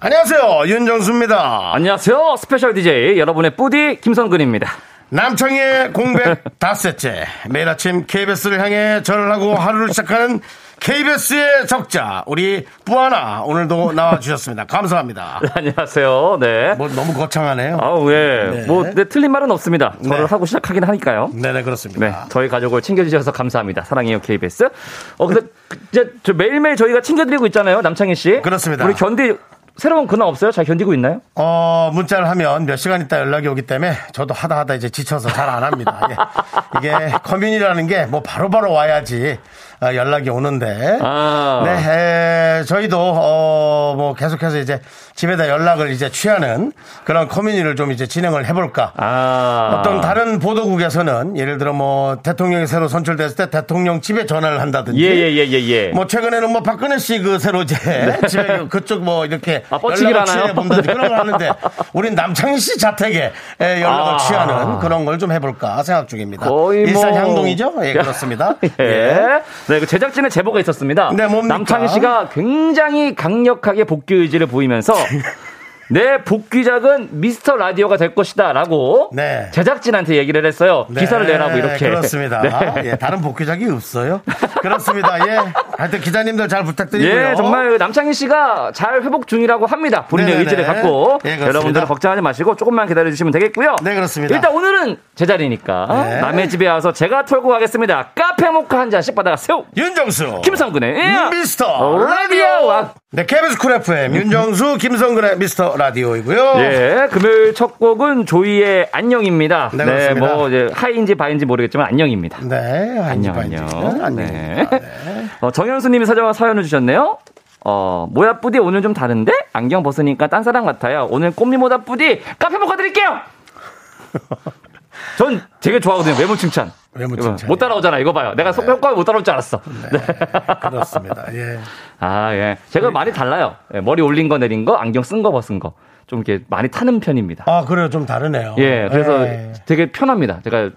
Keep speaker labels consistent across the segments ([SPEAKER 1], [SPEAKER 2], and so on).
[SPEAKER 1] 안녕하세요 윤정수입니다
[SPEAKER 2] 안녕하세요. 스페셜 DJ 여러분의 뿌디 김성근입니다.
[SPEAKER 1] 남창희의 공백 다섯째 매일 아침 KBS를 향해 절을 하고 하루를 시작하는 KBS의 적자 우리 뿌아나 오늘도 나와주셨습니다 감사합니다
[SPEAKER 2] 안녕하세요. 네.
[SPEAKER 1] 뭐 너무 거창하네요
[SPEAKER 2] 아, 예.
[SPEAKER 1] 네.
[SPEAKER 2] 뭐, 네, 틀린 말은 없습니다. 저를
[SPEAKER 1] 네. 아.
[SPEAKER 2] 하고 시작하긴 하니까요.
[SPEAKER 1] 네네
[SPEAKER 2] 네.
[SPEAKER 1] 그렇습니다
[SPEAKER 2] 저희 가족을 챙겨주셔서 감사합니다. 사랑해요, KBS. 어, 근데, 이제 저 매일매일 저희가 챙겨드리고 있잖아요, 남창희 씨.
[SPEAKER 1] 그렇습니다.
[SPEAKER 2] 우리 견디, 새로운 근황 없어요? 잘 견디고 있나요?
[SPEAKER 1] 어, 문자를 하면 몇 시간 있다 연락이 오기 때문에 저도 하다 하다 이제 지쳐서 잘 안 합니다. 예. 이게 커뮤니라는 게 뭐 바로바로 와야지 어, 연락이 오는데.
[SPEAKER 2] 아.
[SPEAKER 1] 네, 에, 저희도 어, 뭐 계속해서 이제 집에다 연락을 이제 취하는 그런 커뮤니를 좀 이제 진행을 해볼까.
[SPEAKER 2] 아.
[SPEAKER 1] 어떤 다른 보도국에서는 예를 들어 뭐 대통령이 새로 선출됐을 때 대통령 집에 전화를 한다든지
[SPEAKER 2] 예, 예, 예, 예, 예.
[SPEAKER 1] 뭐 최근에는 뭐 박근혜 씨 그 새로 이제 집에 그- 그쪽 뭐 이렇게
[SPEAKER 2] 아, 뻗치기를
[SPEAKER 1] 연락을
[SPEAKER 2] 하나요? 네.
[SPEAKER 1] 취해 본다든지 그런 걸 하는데 우린 남창희 씨 자택에 예, 연락을
[SPEAKER 2] 아.
[SPEAKER 1] 취하는 그런 걸 좀 해볼까 생각 중입니다.
[SPEAKER 2] 거의 뭐-
[SPEAKER 1] 일산 향동이죠? 예 그렇습니다.
[SPEAKER 2] 예.
[SPEAKER 1] 예.
[SPEAKER 2] 네, 그 제작진의 제보가 있었습니다.
[SPEAKER 1] 네, 뭡니까?
[SPEAKER 2] 남창희 씨가 굉장히 강력하게 복귀 의지를 보이면서 내 복귀작은 미스터 라디오가 될 것이다라고
[SPEAKER 1] 네.
[SPEAKER 2] 제작진한테 얘기를 했어요.
[SPEAKER 1] 네,
[SPEAKER 2] 기사를 내라고 이렇게. 네.
[SPEAKER 1] 그렇습니다. 예, 다른 복귀작이 없어요. 그렇습니다. 예. 하여튼 기자님들 잘 부탁드리고요.
[SPEAKER 2] 예, 정말 남창희 씨가 잘 회복 중이라고 합니다. 본인의
[SPEAKER 1] 네네네.
[SPEAKER 2] 의지를 갖고
[SPEAKER 1] 예, 그렇습니다.
[SPEAKER 2] 여러분들은 걱정하지 마시고 조금만 기다려 주시면 되겠고요.
[SPEAKER 1] 네, 그렇습니다.
[SPEAKER 2] 일단 오늘은 제 자리니까
[SPEAKER 1] 네.
[SPEAKER 2] 남의 집에 와서 제가 털고 가겠습니다. 카페 모카 한 잔씩 받아가세요.
[SPEAKER 1] 윤정수.
[SPEAKER 2] 김성근의
[SPEAKER 1] 음, 미스터
[SPEAKER 2] 예. 어, 라디오.
[SPEAKER 1] 라디오. 네, KBS 쿨 FM 윤정수 김성근의 미스터 라디오이고요.
[SPEAKER 2] 예, 금요일 첫 곡은 조이의 안녕입니다.
[SPEAKER 1] 네, 그렇습니다.
[SPEAKER 2] 뭐 이제 하이인지 바인지 모르겠지만 안녕입니다.
[SPEAKER 1] 네,
[SPEAKER 2] 안녕,
[SPEAKER 1] 안녕,
[SPEAKER 2] 안녕.
[SPEAKER 1] 안녕.
[SPEAKER 2] 네. 어, 정현수님이 사정한 사연을 주셨네요. 어, 모야 뿌디 오늘 좀 다른데? 안경 벗으니까 딴 사람 같아요. 오늘 꽃미모다 뿌디 카페 먹어드릴게요! 전 되게 좋아하거든요. 외모 칭찬.
[SPEAKER 1] 외모
[SPEAKER 2] 이거
[SPEAKER 1] 칭찬이요.
[SPEAKER 2] 못 따라오잖아. 이거 봐요. 내가 속과가못 따라올 줄 알았어.
[SPEAKER 1] 네, 그렇습니다. 예.
[SPEAKER 2] 아, 예.
[SPEAKER 1] 네.
[SPEAKER 2] 제가 많이 달라요. 예, 머리 올린 거 내린 거, 안경 쓴 거 벗은 거. 좀 이렇게 많이 타는 편입니다.
[SPEAKER 1] 아, 그래요. 좀 다르네요.
[SPEAKER 2] 예, 그래서
[SPEAKER 1] 예.
[SPEAKER 2] 되게 편합니다. 제가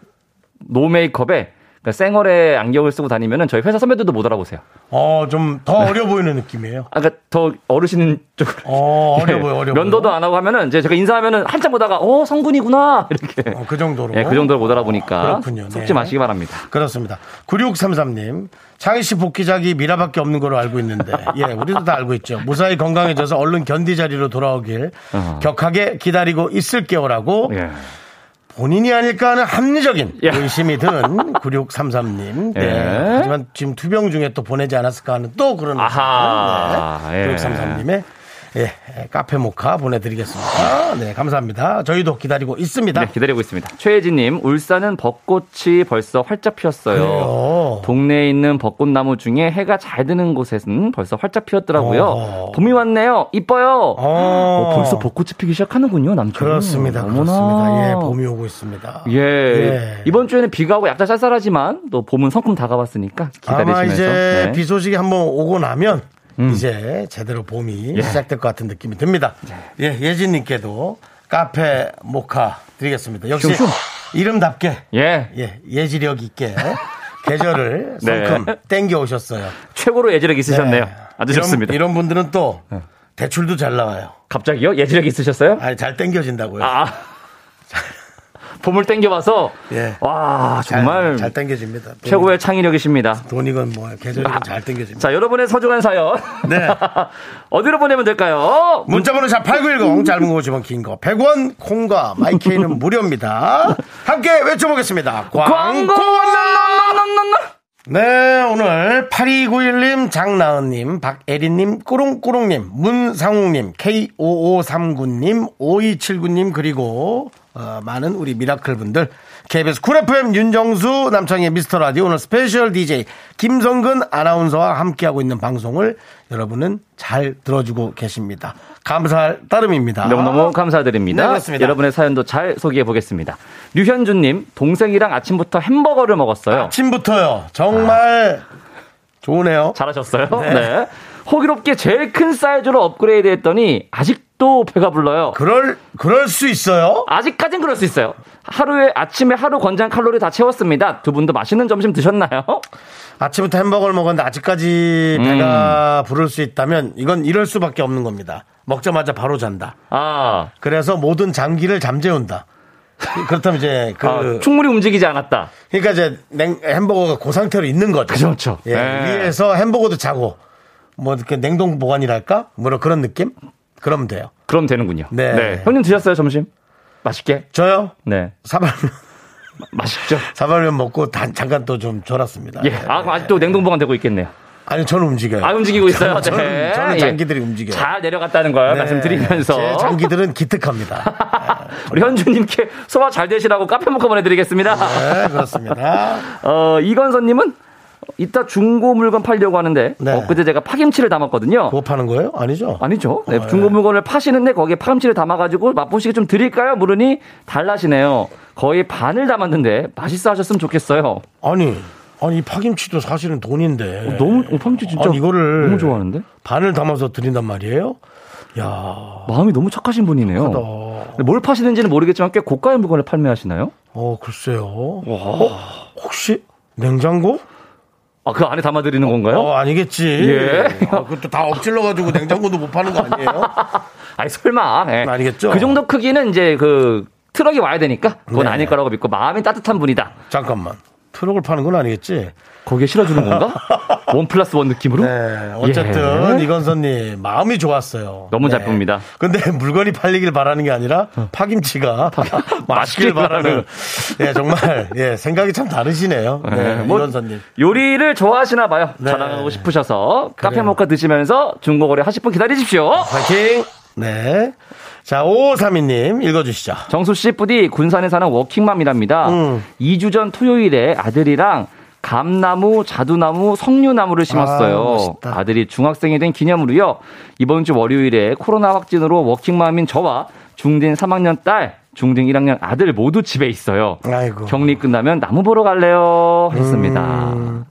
[SPEAKER 2] 노 메이크업에 그러니까 생얼에 안경을 쓰고 다니면은 저희 회사 선배들도 못 알아보세요.
[SPEAKER 1] 어, 좀 더
[SPEAKER 2] 네.
[SPEAKER 1] 어려 보이는 느낌이에요.
[SPEAKER 2] 아까 그러니까 더 어르신 쪽으로.
[SPEAKER 1] 어, 어려
[SPEAKER 2] 예,
[SPEAKER 1] 보여, 어려 보여.
[SPEAKER 2] 면도도 안 하고 하면은 이제 제가 인사하면은 한참 보다가 어 성군이구나 이렇게
[SPEAKER 1] 어, 그 정도로.
[SPEAKER 2] 예, 그 정도로 못 알아보니까
[SPEAKER 1] 아, 그렇군요.
[SPEAKER 2] 속지
[SPEAKER 1] 네.
[SPEAKER 2] 마시기 바랍니다.
[SPEAKER 1] 그렇습니다. 9633님, 창희 씨 복귀작이 미라밖에 없는 걸로 알고 있는데, 예, 우리도 다 알고 있죠. 무사히 건강해져서 얼른 견디 자리로 돌아오길
[SPEAKER 2] 어.
[SPEAKER 1] 격하게 기다리고 있을게요라고
[SPEAKER 2] 예.
[SPEAKER 1] 본인이 아닐까 하는 합리적인
[SPEAKER 2] 예.
[SPEAKER 1] 의심이 드는 9633님. 네.
[SPEAKER 2] 예.
[SPEAKER 1] 하지만 지금 투병 중에 또 보내지 않았을까 하는 또 그런.
[SPEAKER 2] 아하.
[SPEAKER 1] 의심. 네.
[SPEAKER 2] 예.
[SPEAKER 1] 9633님의 예, 카페 모카 보내드리겠습니다. 네, 감사합니다. 저희도 기다리고 있습니다.
[SPEAKER 2] 네, 기다리고 있습니다. 최혜진님, 울산은 벚꽃이 벌써 활짝 피었어요. 음,
[SPEAKER 1] 그래요.
[SPEAKER 2] 동네에 있는 벚꽃나무 중에 해가 잘 드는 곳에는 벌써 활짝 피었더라고요.
[SPEAKER 1] 어.
[SPEAKER 2] 봄이 왔네요. 이뻐요.
[SPEAKER 1] 어.
[SPEAKER 2] 어, 벌써 벚꽃이 피기 시작하는군요, 남쪽.
[SPEAKER 1] 그렇습니다. 그렇습니다. 예, 봄이 오고 있습니다.
[SPEAKER 2] 예. 이번 주에는 비가 오고 약간 쌀쌀하지만 또 봄은 성큼 다가왔으니까 기다리시면서.
[SPEAKER 1] 아마 이제
[SPEAKER 2] 네. 음.
[SPEAKER 1] 비 소식이 한번 오고 나면 이제 제대로 봄이
[SPEAKER 2] 예.
[SPEAKER 1] 시작될 것 같은 느낌이 듭니다.
[SPEAKER 2] 네.
[SPEAKER 1] 예, 예진님께도 카페 모카 드리겠습니다. 역시
[SPEAKER 2] 쇼쇼.
[SPEAKER 1] 이름답게
[SPEAKER 2] 예.
[SPEAKER 1] 예, 예지력 있게 계절을
[SPEAKER 2] 네.
[SPEAKER 1] 성큼 땡겨 오셨어요.
[SPEAKER 2] 최고로 예지력 있으셨네요. 아주
[SPEAKER 1] 이런,
[SPEAKER 2] 좋습니다. 네.
[SPEAKER 1] 이런 분들은 또 대출도 잘 나와요.
[SPEAKER 2] 갑자기요? 예지력 있으셨어요?
[SPEAKER 1] 아니 잘 땡겨진다고요.
[SPEAKER 2] 아. 봄을 땡겨와서
[SPEAKER 1] 예.
[SPEAKER 2] 와
[SPEAKER 1] 잘,
[SPEAKER 2] 정말
[SPEAKER 1] 잘 땡겨집니다. 돈,
[SPEAKER 2] 최고의 아. 창의력이십니다.
[SPEAKER 1] 돈이건 뭐 계절이건 잘 땡겨집니다.
[SPEAKER 2] 자, 여러분의 소중한 사연.
[SPEAKER 1] 네.
[SPEAKER 2] 어디로 보내면 될까요?
[SPEAKER 1] 문자번호
[SPEAKER 2] 음.
[SPEAKER 1] 샵8910 짧은 거 50원 긴 거 100원 콩과 마이케이는 무료입니다. 함께 외쳐보겠습니다. 광고!
[SPEAKER 2] 광고!
[SPEAKER 1] 네 오늘 8291님 장나은님 박애린님 꾸롱꾸롱님 문상욱님 K5539님 5279님 그리고 어, 많은 우리 미라클분들 KBS 쿨 FM 윤정수 남창희 미스터라디오 오늘 스페셜 DJ 김성근 아나운서와 함께하고 있는 방송을 여러분은 잘 들어주고 계십니다. 감사할 따름입니다.
[SPEAKER 2] 너무너무 감사드립니다.
[SPEAKER 1] 네, 그렇습니다.
[SPEAKER 2] 여러분의 사연도 잘 소개해 보겠습니다. 류현주님, 동생이랑 아침부터 햄버거를 먹었어요.
[SPEAKER 1] 아침부터요. 정말 좋으네요.
[SPEAKER 2] 잘하셨어요. 네. 호기롭게 제일 큰 사이즈로 업그레이드 했더니 아직도 배가 불러요.
[SPEAKER 1] 그럴 그럴 수 있어요.
[SPEAKER 2] 아직까진 그럴 수 있어요. 하루에 아침에 하루 권장 칼로리 다 채웠습니다. 두 분도 맛있는 점심 드셨나요?
[SPEAKER 1] 아침부터 햄버거를 먹었는데
[SPEAKER 2] 음.
[SPEAKER 1] 아직까지 배가 부를 수 있다면 이건 이럴 수밖에 없는 겁니다. 먹자마자 바로 잔다.
[SPEAKER 2] 아,
[SPEAKER 1] 그래서 모든 장기를 잠재운다. 그렇다면 이제 그
[SPEAKER 2] 아, 충분히 움직이지 않았다.
[SPEAKER 1] 그러니까 이제 냉, 햄버거가 그 상태로 있는 거죠.
[SPEAKER 2] 그렇죠.
[SPEAKER 1] 예,
[SPEAKER 2] 예.
[SPEAKER 1] 위에서 햄버거도 자고 뭐 이렇게 냉동 보관이랄까 뭐 그런 느낌? 그럼 돼요.
[SPEAKER 2] 그럼 되는군요.
[SPEAKER 1] 네.
[SPEAKER 2] 형님 드셨어요 점심? 맛있게?
[SPEAKER 1] 저요
[SPEAKER 2] 네.
[SPEAKER 1] 사발면
[SPEAKER 2] 맛있죠.
[SPEAKER 1] 사발면 먹고 단, 잠깐 또 좀 졸았습니다.
[SPEAKER 2] 예. 아, 그럼 아직도 냉동 보관 되고 있겠네요.
[SPEAKER 1] 아니 저는 움직여요.
[SPEAKER 2] 아 움직이고 있어요.
[SPEAKER 1] 네. 저는-
[SPEAKER 2] 네.
[SPEAKER 1] 저는
[SPEAKER 2] 예.
[SPEAKER 1] 장기들이 움직여요.
[SPEAKER 2] 잘 내려갔다는 걸
[SPEAKER 1] 네. 제
[SPEAKER 2] 말씀드리면서
[SPEAKER 1] 장기들은 기특합니다.
[SPEAKER 2] 우리 현주님께 소화 잘 되시라고 카페 모카 보내드리겠습니다.
[SPEAKER 1] 네, 그렇습니다.
[SPEAKER 2] 어, 이건선님은 이따 중고 물건 팔려고 하는데
[SPEAKER 1] 네.
[SPEAKER 2] 엊그제 제가 파김치를 담았거든요.
[SPEAKER 1] 그거 파는 거예요? 아니죠?
[SPEAKER 2] 아니죠. 네, 중고 물건을 파시는데 거기에 파김치를 담아가지고 맛보시게 좀 드릴까요? 물으니 달라시네요. 거의 반을 담았는데 맛있어 하셨으면 좋겠어요.
[SPEAKER 1] 아니, 아니 이 파김치도 사실은 돈인데.
[SPEAKER 2] 너무 어, 파김치 진짜
[SPEAKER 1] 네. 아니, 이거를
[SPEAKER 2] 너무 좋아하는데
[SPEAKER 1] 반을 담아서 드린단 말이에요? 야,
[SPEAKER 2] 마음이 너무 착하신 분이네요. 근데 뭘 파시는지는 모르겠지만 꽤 고가의 물건을 판매하시나요?
[SPEAKER 1] 어 글쎄요. 어, 혹시 냉장고?
[SPEAKER 2] 아, 그 안에 담아드리는 건가요?
[SPEAKER 1] 어 아니겠지.
[SPEAKER 2] 예.
[SPEAKER 1] 아, 그것도 다 엎질러 가지고 냉장고도 못 파는 거 아니에요?
[SPEAKER 2] 아니 설마. 예.
[SPEAKER 1] 아니겠죠?
[SPEAKER 2] 그 정도 크기는 이제 그 트럭이 와야 되니까 그건
[SPEAKER 1] 네.
[SPEAKER 2] 아닐 거라고 믿고 마음이 따뜻한 분이다.
[SPEAKER 1] 잠깐만. 트럭을 파는 건 아니겠지.
[SPEAKER 2] 거기에 실어주는 건가? 원 플러스 원 느낌으로?
[SPEAKER 1] 네, 어쨌든
[SPEAKER 2] 예.
[SPEAKER 1] 이건선님 마음이 좋았어요.
[SPEAKER 2] 너무
[SPEAKER 1] 네.
[SPEAKER 2] 잘 봅니다. 어.
[SPEAKER 1] 근데 물건이 팔리길 바라는 게 아니라 파김치가 맛있길
[SPEAKER 2] 맛있길
[SPEAKER 1] 바라는.
[SPEAKER 2] 바라는.
[SPEAKER 1] 예, 정말 예 생각이 참 다르시네요. 네,
[SPEAKER 2] 뭐
[SPEAKER 1] 이건선님.
[SPEAKER 2] 요리를 좋아하시나 봐요.
[SPEAKER 1] 네.
[SPEAKER 2] 자랑하고 싶으셔서 카페 모카 드시면서 중고거래 하실 분 기다리십시오.
[SPEAKER 1] 파이팅. 네. 자, 5532님 읽어주시죠.
[SPEAKER 2] 정수 씨 뿌디 군산에 사는 워킹맘이랍니다.
[SPEAKER 1] 음.
[SPEAKER 2] 2주 전 토요일에 아들이랑 감나무, 자두나무, 석류나무를
[SPEAKER 1] 아,
[SPEAKER 2] 심었어요.
[SPEAKER 1] 멋있다.
[SPEAKER 2] 아, 들이 중학생이 된 기념으로요. 이번 주 월요일에 코로나 확진으로 워킹맘인 저와 중딩 3학년 딸, 중딩 1학년 아들 모두 집에 있어요.
[SPEAKER 1] 아이고.
[SPEAKER 2] 격리 끝나면 나무 보러 갈래요. 했습니다.
[SPEAKER 1] 음.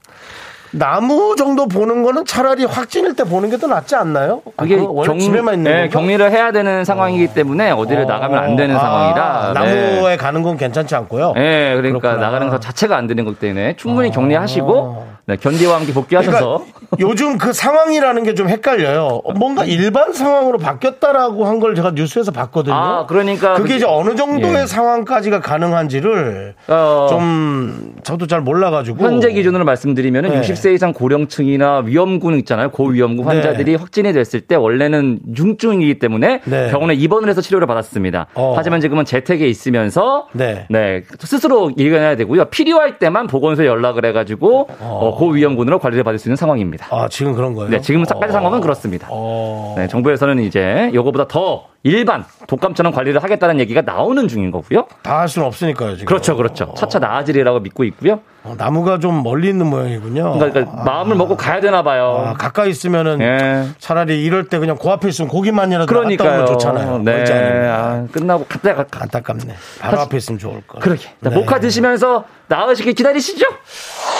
[SPEAKER 1] 나무 정도 보는 거는 차라리 확진일 때 보는 게 더 낫지 않나요? 아,
[SPEAKER 2] 그게
[SPEAKER 1] 그거 원래
[SPEAKER 2] 경,
[SPEAKER 1] 집에만 있는
[SPEAKER 2] 예,
[SPEAKER 1] 건가?
[SPEAKER 2] 격리를 해야 되는 상황이기 때문에 어디를 나가면 안 되는
[SPEAKER 1] 아,
[SPEAKER 2] 상황이라 네.
[SPEAKER 1] 나무에 가는 건 괜찮지 않고요.
[SPEAKER 2] 예, 그러니까
[SPEAKER 1] 어, 그렇구나. 어.
[SPEAKER 2] 나가는 것 자체가 안 되는 것 때문에 충분히 격리하시고 네, 견디와 함께 복귀하셔서 아, 네.
[SPEAKER 1] 그러니까 요즘 그 상황이라는 게 좀 헷갈려요. 뭔가 일반 상황으로 바뀌었다라고 한 걸 제가 뉴스에서 봤거든요.
[SPEAKER 2] 아, 그러니까
[SPEAKER 1] 그게 이제 어느 정도의
[SPEAKER 2] 예.
[SPEAKER 1] 상황까지가 가능한지를
[SPEAKER 2] 어,
[SPEAKER 1] 좀 저도 잘 몰라가지고
[SPEAKER 2] 현재 기준으로 말씀드리면
[SPEAKER 1] 네.
[SPEAKER 2] 은 60세 이상 고령층이나 위험군 있잖아요. 고위험군 환자들이 확진이 됐을 때 원래는 중증이기 때문에
[SPEAKER 1] 네.
[SPEAKER 2] 병원에 입원을 해서 치료를 받았습니다.
[SPEAKER 1] 어.
[SPEAKER 2] 하지만 지금은 재택에 있으면서
[SPEAKER 1] 네.
[SPEAKER 2] 네, 스스로 일관해야 되고요. 필요할 때만 보건소에 연락을 해가지고 어, 고위험군으로 관리를 받을 수 있는 상황입니다.
[SPEAKER 1] 아 지금 그런 거예요.
[SPEAKER 2] 네, 지금까지 상황은 그렇습니다.
[SPEAKER 1] 어.
[SPEAKER 2] 네, 정부에서는 이제 요거보다 더 일반 독감처럼 관리를 하겠다는 얘기가 나오는 중인 거고요.
[SPEAKER 1] 다 할 수는 없으니까요. 지금.
[SPEAKER 2] 그렇죠, 그렇죠. 차차 나아지리라고 믿고 있고요.
[SPEAKER 1] 어, 나무가 좀 멀리 있는 모양이군요.
[SPEAKER 2] 그러니까, 그러니까 마음을 먹고 가야 되나
[SPEAKER 1] 어. 아,
[SPEAKER 2] 봐요.
[SPEAKER 1] 가까이 있으면은
[SPEAKER 2] 예.
[SPEAKER 1] 차라리 이럴 때 그냥 그 앞에 있으면 고기만이라도 갔다
[SPEAKER 2] 그러니까요.
[SPEAKER 1] 오면 좋잖아요.
[SPEAKER 2] 네.
[SPEAKER 1] 멀지 않으면.
[SPEAKER 2] 아, 끝나고 갔다 가. 가.
[SPEAKER 1] 안타깝네. 바로 앞에 있으면 좋을 걸.
[SPEAKER 2] 그러게.
[SPEAKER 1] 네.
[SPEAKER 2] 자, 모카 드시면서 나으시길 기다리시죠.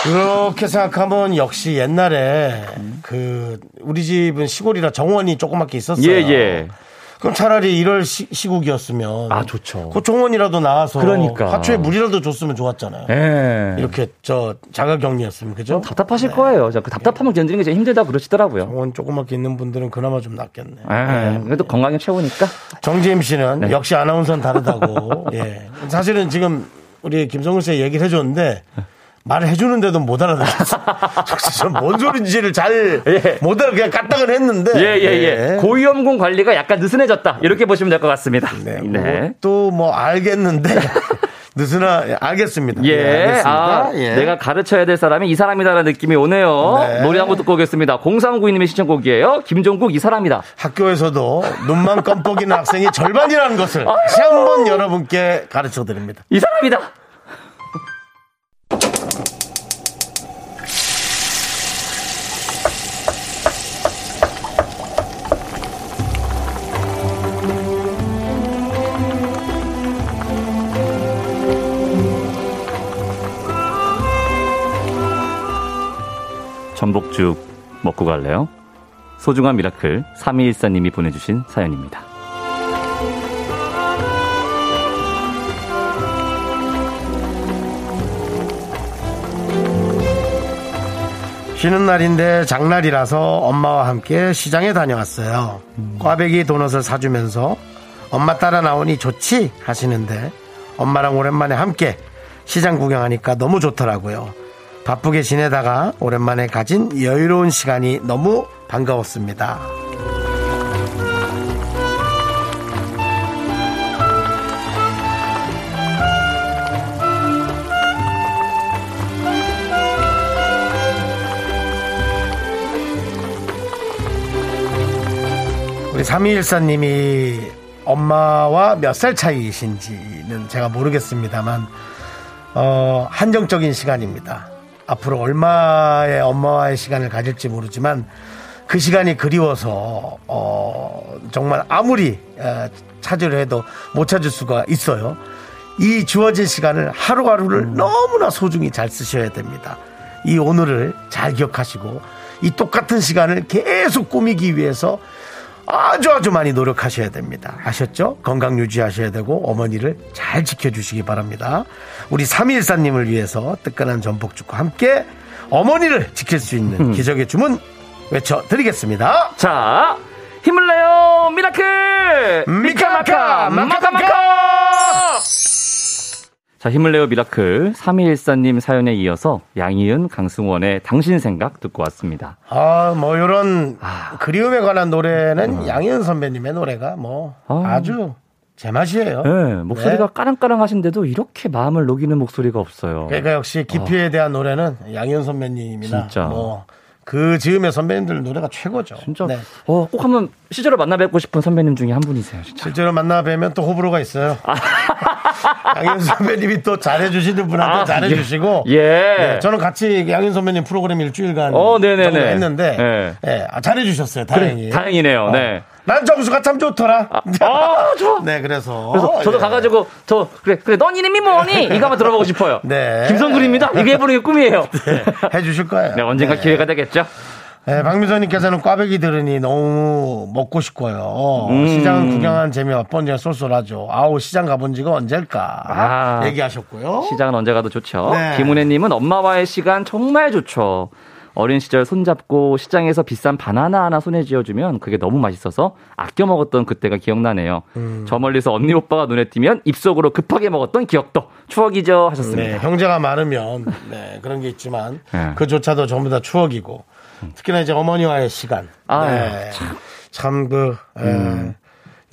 [SPEAKER 1] 그렇게 생각하면 역시 옛날에 그 우리 집은 시골이라 정원이 조그맣게 있었어요.
[SPEAKER 2] 예, 예.
[SPEAKER 1] 그럼 차라리 이럴 시, 시국이었으면
[SPEAKER 2] 아, 좋죠.
[SPEAKER 1] 그 정원이라도 나와서
[SPEAKER 2] 그러니까.
[SPEAKER 1] 화초에 물이라도 줬으면 좋았잖아요.
[SPEAKER 2] 예.
[SPEAKER 1] 이렇게 저 자가격리였으면
[SPEAKER 2] 어,
[SPEAKER 1] 그죠?
[SPEAKER 2] 답답하실 거예요. 자, 그 답답함을
[SPEAKER 1] 네.
[SPEAKER 2] 견디는 게 제일 힘들다 그러시더라고요.
[SPEAKER 1] 정원 조그맣게 있는 분들은 그나마 좀 낫겠네.
[SPEAKER 2] 예. 그래도 건강이 최고니까.
[SPEAKER 1] 정지임 씨는
[SPEAKER 2] 네.
[SPEAKER 1] 역시 아나운서는 다르다고. 예. 사실은 지금 우리 김성훈 씨 얘기를 해줬는데 말을 해주는데도 못 알아듣겠어. 뭔 소리인지를 잘
[SPEAKER 2] 예.
[SPEAKER 1] 못 알아. 그냥 까딱을 했는데.
[SPEAKER 2] 예, 예, 예.
[SPEAKER 1] 네.
[SPEAKER 2] 고위험군 관리가 약간 느슨해졌다. 이렇게 보시면 될 것 같습니다.
[SPEAKER 1] 네. 또 뭐 알겠는데. 느슨아 예, 알겠습니다.
[SPEAKER 2] 예,
[SPEAKER 1] 예, 알겠습니다.
[SPEAKER 2] 아,
[SPEAKER 1] 예.
[SPEAKER 2] 내가 가르쳐야 될 사람이 이 사람이다라는 느낌이 오네요.
[SPEAKER 1] 네.
[SPEAKER 2] 노래 한 곡 듣고 오겠습니다. 0359님의 신청곡이에요. 김종국 이 사람이다.
[SPEAKER 1] 학교에서도 눈만 껌뻑이는 학생이 절반이라는 것을 다시 한번 여러분께 가르쳐 드립니다.
[SPEAKER 2] 이 사람이다. 전복죽 먹고 갈래요? 소중한 미라클 3214님이 보내주신 사연입니다.
[SPEAKER 1] 쉬는 날인데 장날이라서 엄마와 함께 시장에 다녀왔어요. 꽈배기 도넛을 사주면서 엄마 따라 나오니 좋지 하시는데 엄마랑 오랜만에 함께 시장 구경하니까 너무 좋더라고요. 바쁘게 지내다가 오랜만에 가진 여유로운 시간이 너무 반가웠습니다. 우리 3214님이 엄마와 몇 살 차이이신지는 제가 모르겠습니다만, 어, 한정적인 시간입니다. 앞으로 얼마의 엄마와의 시간을 가질지 모르지만, 그 시간이 그리워서, 어, 정말 아무리 에, 찾으려 해도 못 찾을 수가 있어요. 이 주어진 시간을 하루하루를 너무나 소중히 잘 쓰셔야 됩니다. 이 오늘을 잘 기억하시고, 이 똑같은 시간을 계속 꾸미기 위해서 아주 아주 많이 노력하셔야 됩니다. 아셨죠? 건강 유지하셔야 되고 어머니를 잘 지켜주시기 바랍니다. 우리 314님을 위해서 뜨끈한 전복죽과 함께 어머니를 지킬 수 있는
[SPEAKER 2] 음.
[SPEAKER 1] 기적의 주문 외쳐드리겠습니다.
[SPEAKER 2] 자, 힘을 내요, 미라클!
[SPEAKER 1] 미카마카!
[SPEAKER 2] 마카마카! 자, 힘을 내요, 미라클. 3214님 사연에 이어서 양희은, 강승원의 당신 생각 듣고 왔습니다.
[SPEAKER 1] 아, 뭐, 요런
[SPEAKER 2] 아.
[SPEAKER 1] 그리움에 관한 노래는 양현 선배님의 노래가 뭐
[SPEAKER 2] 음. 아.
[SPEAKER 1] 아주 제맛이에요.
[SPEAKER 2] 네, 목소리가 까랑까랑 하신데도 이렇게 마음을 녹이는 목소리가 없어요.
[SPEAKER 1] 그러니까 역시 기피에 대한 노래는 양현 선배님이나
[SPEAKER 2] 진짜.
[SPEAKER 1] 뭐 그 즈음의 선배님들 노래가 최고죠.
[SPEAKER 2] 진짜,
[SPEAKER 1] 네.
[SPEAKER 2] 어, 꼭 한번 실제로 만나 뵙고 싶은 선배님 중에 한 분이세요, 진짜.
[SPEAKER 1] 실제로 만나 뵈면 또 호불호가 있어요.
[SPEAKER 2] 아.
[SPEAKER 1] 양현 선배님이 또 네. 잘해주시는 분한테
[SPEAKER 2] 아,
[SPEAKER 1] 잘해주시고.
[SPEAKER 2] 예.
[SPEAKER 1] 네, 저는 같이 양현 선배님 프로그램 일주일간
[SPEAKER 2] 어, 네네네.
[SPEAKER 1] 정도 했는데
[SPEAKER 2] 네.
[SPEAKER 1] 예, 아, 잘해주셨어요. 어. 다행히.
[SPEAKER 2] 다행이네요,
[SPEAKER 1] 어.
[SPEAKER 2] 네.
[SPEAKER 1] 난 정수가 참 좋더라.
[SPEAKER 2] 아, 좋아!
[SPEAKER 1] 네, 그래서.
[SPEAKER 2] 그래서 저도
[SPEAKER 1] 예.
[SPEAKER 2] 가가지고 저 그래 그래 넌 이름이 뭐니 이거 한번 들어보고 싶어요.
[SPEAKER 1] 네.
[SPEAKER 2] 김성근입니다. 이거 해보는 게 꿈이에요. 네.
[SPEAKER 1] 해주실 거예요.
[SPEAKER 2] 언젠가
[SPEAKER 1] 네.
[SPEAKER 2] 기회가 되겠죠.
[SPEAKER 1] 네, 박미선님께서는 꽈배기 들으니 너무 먹고 싶고요.
[SPEAKER 2] 음.
[SPEAKER 1] 시장 구경한 재미와 번지가 쏠쏠하죠. 아우, 시장 가본 지가 언제일까.
[SPEAKER 2] 아.
[SPEAKER 1] 얘기하셨고요.
[SPEAKER 2] 시장은 언제 가도 좋죠.
[SPEAKER 1] 네.
[SPEAKER 2] 김은혜님은 엄마와의 시간 정말 좋죠. 어린 시절 손잡고 시장에서 비싼 바나나 하나 손에 쥐어주면 그게 너무 맛있어서 아껴 먹었던 그때가 기억나네요.
[SPEAKER 1] 음.
[SPEAKER 2] 저 멀리서 언니 오빠가 눈에 띄면 입속으로 급하게 먹었던 기억도 추억이죠 하셨습니다.
[SPEAKER 1] 네, 형제가 많으면 네, 그런 게 있지만
[SPEAKER 2] 네.
[SPEAKER 1] 그조차도 전부 다 추억이고 특히나 이제 어머니와의 시간. 네.
[SPEAKER 2] 아유, 음.
[SPEAKER 1] 참 그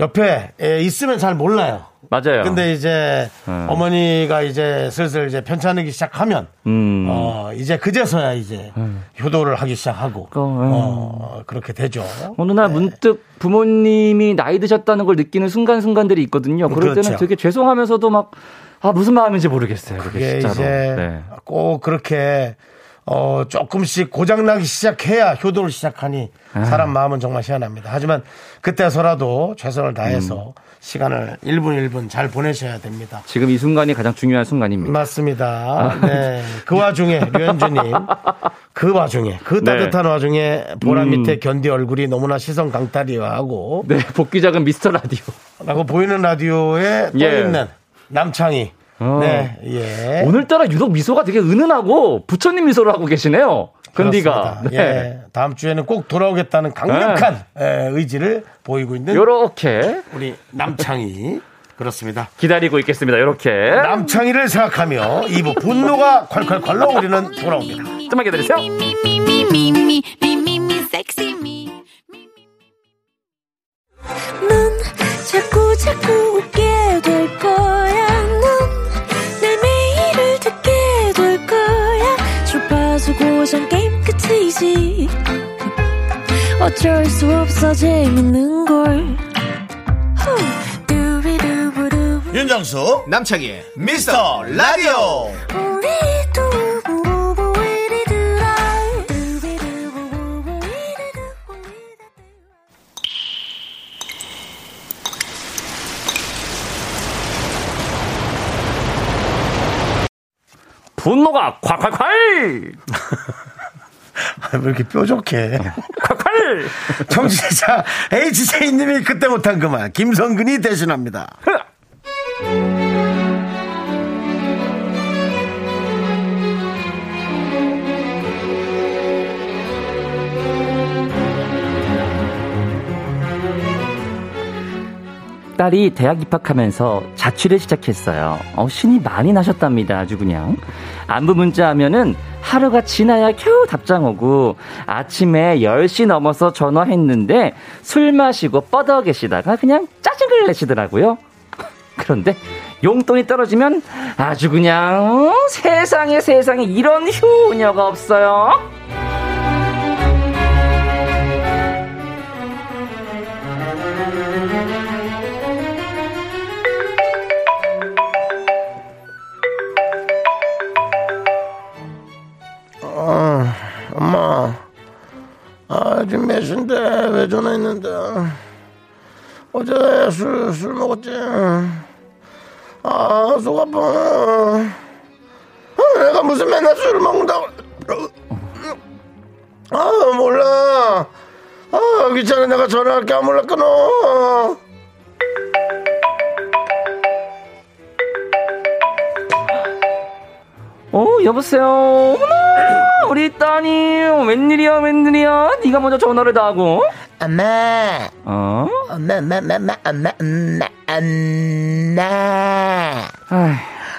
[SPEAKER 1] 옆에 예, 있으면 잘 몰라요.
[SPEAKER 2] 맞아요.
[SPEAKER 1] 근데 이제 어머니가 이제 슬슬 이제 편찮으기 시작하면
[SPEAKER 2] 네. 음.
[SPEAKER 1] 어, 이제 그제서야 이제 효도를 하기 시작하고
[SPEAKER 2] 어, 음.
[SPEAKER 1] 어, 그렇게 되죠.
[SPEAKER 2] 어느 날
[SPEAKER 1] 네.
[SPEAKER 2] 문득 부모님이 나이 드셨다는 걸 느끼는 순간순간들이 있거든요. 그럴
[SPEAKER 1] 그렇죠.
[SPEAKER 2] 때는 되게 죄송하면서도 막, 아, 무슨 마음인지 모르겠어요. 그게
[SPEAKER 1] 이게
[SPEAKER 2] 진짜로.
[SPEAKER 1] 이제
[SPEAKER 2] 네.
[SPEAKER 1] 꼭 그렇게 어 조금씩 고장 나기 시작해야 효도를 시작하니
[SPEAKER 2] 아.
[SPEAKER 1] 사람 마음은 정말 희한합니다. 하지만 그때서라도 최선을
[SPEAKER 2] 음.
[SPEAKER 1] 다해서 시간을 1분 1분 잘 보내셔야 됩니다.
[SPEAKER 2] 지금 이 순간이 가장 중요한 순간입니다.
[SPEAKER 1] 맞습니다.
[SPEAKER 2] 아.
[SPEAKER 1] 네. 그 와중에 류현주님, 그 와중에 그
[SPEAKER 2] 네. 음.
[SPEAKER 1] 따뜻한 와중에 보라 밑에 견디 얼굴이 너무나 시선 강탈이하고
[SPEAKER 2] 네, 복귀작은 미스터 라디오.
[SPEAKER 1] 라고 보이는 라디오에 떠
[SPEAKER 2] 예.
[SPEAKER 1] 있는 남창희.
[SPEAKER 2] 어.
[SPEAKER 1] 네, 예.
[SPEAKER 2] 오늘따라 유독 미소가 되게 은은하고 부처님 미소를 하고 계시네요. 근디가. 네.
[SPEAKER 1] 그렇습니다. 예, 다음 주에는 꼭 돌아오겠다는 강력한 예, 의지를 보이고 있는
[SPEAKER 2] 요렇게
[SPEAKER 1] 우리 남창희 그렇습니다.
[SPEAKER 2] 기다리고 있겠습니다. 요렇게.
[SPEAKER 1] 남창희를 생각하며 2부 분노가 콸콸콸로 우리는 돌아옵니다.
[SPEAKER 2] 좀만 기다리세요.
[SPEAKER 3] me, me, me, me, me, me, me, me, sexy me.
[SPEAKER 4] 넌 자꾸 자꾸 웃게 될 거야. 넌내 매일을 듣게 될 거야. 주파수 고정 게임 끝이지. 어쩔 수 없어 재밌는 걸. 후. 두비두부두.
[SPEAKER 5] 윤정수 남창희의 미스터 라디오
[SPEAKER 4] 우리 두부부부 우리 두라. 두비두부부부 우리 두부 우리 두라.
[SPEAKER 2] 분노가 콸콸콸!
[SPEAKER 6] 아, 왜 이렇게 뾰족해. 정치자 HJ님이 그때 못한 그 말, 김성근이 대신합니다.
[SPEAKER 2] 딸이 대학 입학하면서 자취를 시작했어요. 어, 신이 많이 나셨답니다. 아주 그냥. 안부 문자 하면은 하루가 지나야 겨우 답장 오고 아침에 10시 넘어서 전화했는데 술 마시고 뻗어 계시다가 그냥 짜증을 내시더라고요. 그런데 용돈이 떨어지면 아주 그냥 세상에 세상에 이런 효녀가 없어요.
[SPEAKER 6] 엄마, 아, 지금 몇 시인데 왜 전화했는데? 어제 술, 술 먹었지? 아, 속 아파. 아, 내가 무슨 맨날 술을 먹는다고. 아, 몰라. 아, 귀찮아. 내가 전화할게. 아, 몰라. 끊어.
[SPEAKER 2] 어 여보세요 어머나 우리 딸이 웬일이야 웬일이야 네가 먼저 전화를 다 하고
[SPEAKER 1] 엄마,
[SPEAKER 2] 어?
[SPEAKER 1] 엄마, 엄마, 엄마, 엄마, 엄마, 엄마, 엄마.
[SPEAKER 2] 아휴,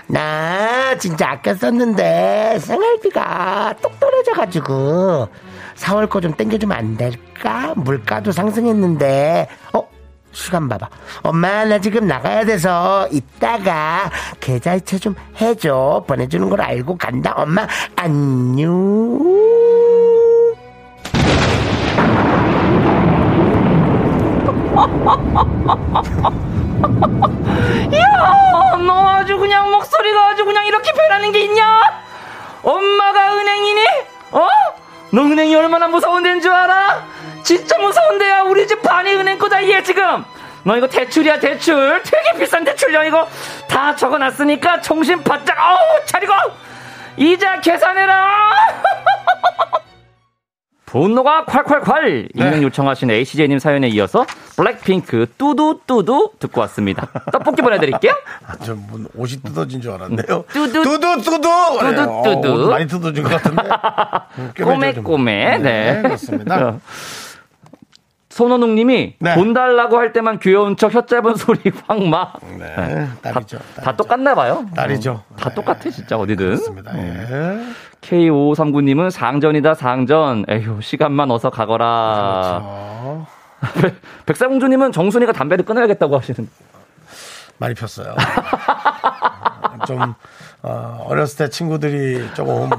[SPEAKER 1] 나 진짜 아껴 썼는데 생활비가 똑 떨어져가지고 4월 거 좀 땡겨주면 안 될까? 물가도 상승했는데 어? 시간 봐봐 엄마 나 지금 나가야 돼서 이따가 계좌이체 좀 해줘 보내주는 걸 알고 간다 엄마 안녕
[SPEAKER 2] 야, 너 아주 그냥 목소리가 아주 그냥 이렇게 변하는 게 있냐 엄마가 은행이니? 어? 너 은행이 얼마나 무서운 데인 줄 알아? 진짜 무서운 데야 우리 집 반이 은행 거다 얘 지금 너 이거 대출이야 대출 되게 비싼 대출이야 이거 다 적어놨으니까 정신 바짝 어우 차리고 이자 계산해라 분노가 콸콸콸 익명 요청하신 HJ님 사연에 이어서 블랙핑크 뚜두뚜두 듣고 왔습니다. 떡볶이 보내드릴게요.
[SPEAKER 6] 저문 옷이 뜯어진 줄 알았네요.
[SPEAKER 2] 뚜두.
[SPEAKER 6] 뚜두 뚜두.
[SPEAKER 2] 뚜두, 뚜두.
[SPEAKER 6] 어, 옷 많이 뜯어진 것 같은데. 꿰매죠, 좀.
[SPEAKER 2] 꼬매꼬매. 네.
[SPEAKER 6] 그렇습니다.
[SPEAKER 2] 손호농님이
[SPEAKER 6] 네.
[SPEAKER 2] 돈 달라고 할 때만 귀여운 척 혀 짧은 소리 확 막.
[SPEAKER 6] 네, 딸이죠. 어.
[SPEAKER 2] 다 똑같나 봐요.
[SPEAKER 6] 딸이죠.
[SPEAKER 2] 다 똑같아 진짜 어디든.
[SPEAKER 6] 네. 그렇습니다. 예.
[SPEAKER 2] K5539님은 상전이다 상전. 에휴 시간만 어서 가거라.
[SPEAKER 6] 어,
[SPEAKER 2] 백사공주님은 정순이가 담배를 끊어야겠다고 하시는.
[SPEAKER 6] 많이 폈어요. 아, 좀 어, 어렸을 때 친구들이 조금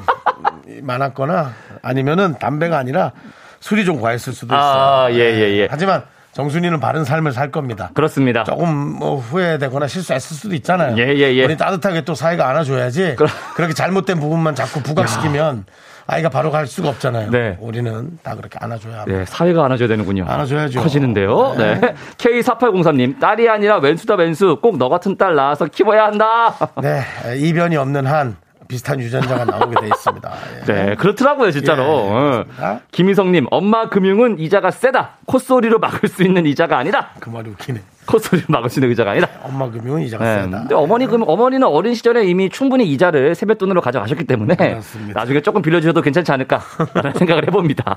[SPEAKER 6] 많았거나 아니면은 담배가 아니라 술이 좀 과했을 수도 있어요. 네.
[SPEAKER 2] 아, 예, 예, 예.
[SPEAKER 6] 하지만 정순이는 바른 삶을 살 겁니다.
[SPEAKER 2] 그렇습니다.
[SPEAKER 6] 조금 뭐 후회되거나 실수했을 수도 있잖아요.
[SPEAKER 2] 예, 예, 예.
[SPEAKER 6] 우리 따뜻하게 또 사회가 안아줘야지.
[SPEAKER 2] 그럼-
[SPEAKER 6] 그렇게 잘못된 부분만 자꾸 부각시키면 아이가 바로 갈 수가 없잖아요.
[SPEAKER 2] 네.
[SPEAKER 6] 우리는 다 그렇게 안아줘야 합니다.
[SPEAKER 2] 네, 사회가 안아줘야 되는군요.
[SPEAKER 6] 안아줘야죠.
[SPEAKER 2] 커지는데요. 네. K4803님, 딸이 아니라 왼수다 왼수. 꼭 너 같은 딸 낳아서 키워야 한다.
[SPEAKER 6] 네, 이변이 없는 한 비슷한 유전자가 나오게 돼 있습니다. 예.
[SPEAKER 2] 네, 그렇더라고요, 진짜로.
[SPEAKER 6] 예,
[SPEAKER 2] 어.
[SPEAKER 6] 그렇습니다.
[SPEAKER 2] 김희성님, 엄마 금융은 이자가 세다. 콧소리로 막을 수 있는 이자가 아니다.
[SPEAKER 6] 그 말이 웃기네.
[SPEAKER 2] 콧소리로 막을 수 있는 이자가 아니다.
[SPEAKER 6] 엄마 금융은 이자가
[SPEAKER 2] 네.
[SPEAKER 6] 세다.
[SPEAKER 2] 근데 어머니 금 어머니는 어린 시절에 이미 충분히 이자를 세뱃돈으로 가져가셨기 때문에
[SPEAKER 6] 그렇습니다.
[SPEAKER 2] 나중에 조금 빌려주셔도 괜찮지 않을까라는 생각을 해봅니다.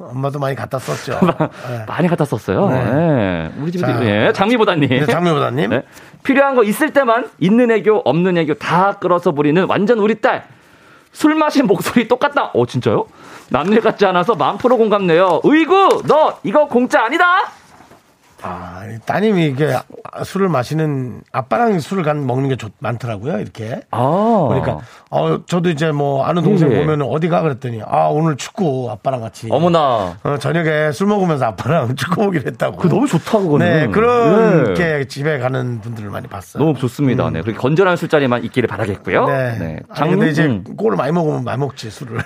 [SPEAKER 2] 어?
[SPEAKER 6] 엄마도 많이 갖다 썼죠. 네.
[SPEAKER 2] 많이 갖다 썼어요. 네. 우리 집에도
[SPEAKER 6] 자.
[SPEAKER 2] 예, 장미보다님.
[SPEAKER 6] 근데 장미보다님
[SPEAKER 2] 네. 필요한 거 있을 때만 있는 애교 없는 애교 다 끌어서 부리는 완전 우리 딸. 술 마신 목소리 똑같다. 어 진짜요? 남일 같지 않아서 만 프로 공감돼요. 의구 너 이거 공짜 아니다.
[SPEAKER 6] 아, 따님이 이게 술을 마시는 아빠랑 술을 간 먹는 게 좋, 많더라고요. 이렇게.
[SPEAKER 2] 아
[SPEAKER 6] 그러니까 어 저도 이제 뭐 아는 동생
[SPEAKER 2] 예.
[SPEAKER 6] 보면 어디가 그랬더니 아 오늘 축구 아빠랑 같이
[SPEAKER 2] 어머나
[SPEAKER 6] 어, 저녁에 술 먹으면서 아빠랑 축구 보기로 했다고.
[SPEAKER 2] 그 너무 좋다 그거는.
[SPEAKER 6] 네 그렇게
[SPEAKER 2] 네.
[SPEAKER 6] 집에 가는 분들을 많이 봤어요.
[SPEAKER 2] 너무 좋습니다. 네 그렇게 건전한 술자리만 있기를 바라겠고요.
[SPEAKER 6] 네. 아니, 근데 이제
[SPEAKER 2] 음.
[SPEAKER 6] 골을 많이 먹으면 많이 먹지 술을.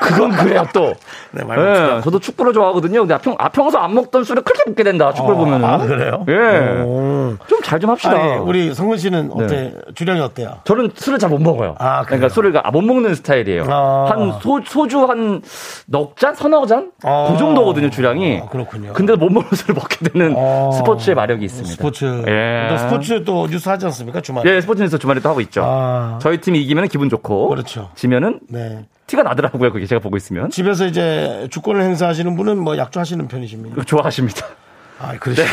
[SPEAKER 2] 그건 그래요 또.
[SPEAKER 6] 네, 많이
[SPEAKER 2] 예,
[SPEAKER 6] 먹지.
[SPEAKER 2] 저도 아, 축구를 좋아하거든요. 근데 평, 아, 평소 안 먹던 술을 그렇게 먹게 된다. 축구를
[SPEAKER 6] 어,
[SPEAKER 2] 보면은.
[SPEAKER 6] 아, 그래요?
[SPEAKER 2] 예. 네.
[SPEAKER 6] 오.
[SPEAKER 2] 좀 잘 좀 합시다.
[SPEAKER 6] 아니, 우리 성근 씨는 어때? 주량이 어때요?
[SPEAKER 2] 저는 술을 잘 못 먹어요.
[SPEAKER 6] 아, 그래요?
[SPEAKER 2] 그러니까 술을 아, 못 먹는 스타일이에요.
[SPEAKER 6] 아.
[SPEAKER 2] 한 소, 소주 한 넉 잔, 서너 잔?
[SPEAKER 6] 아.
[SPEAKER 2] 그 정도거든요, 주량이.
[SPEAKER 6] 아, 그렇군요.
[SPEAKER 2] 근데 못 먹는 술을 먹게 되는
[SPEAKER 6] 아.
[SPEAKER 2] 스포츠의 마력이 있습니다.
[SPEAKER 6] 스포츠.
[SPEAKER 2] 예.
[SPEAKER 6] 또 스포츠 또 뉴스 하지 않습니까? 주말에.
[SPEAKER 2] 예, 스포츠 뉴스 주말에 또 하고 있죠.
[SPEAKER 6] 아.
[SPEAKER 2] 저희 팀이 이기면 기분 좋고.
[SPEAKER 6] 그렇죠.
[SPEAKER 2] 지면은
[SPEAKER 6] 네.
[SPEAKER 2] 티가 나더라고요, 그게 제가 보고 있으면.
[SPEAKER 6] 집에서 이제 주권을 행사하시는 분은 뭐 약주 하시는 편이십니까?
[SPEAKER 2] 좋아하십니다.
[SPEAKER 6] 아, 그러시죠.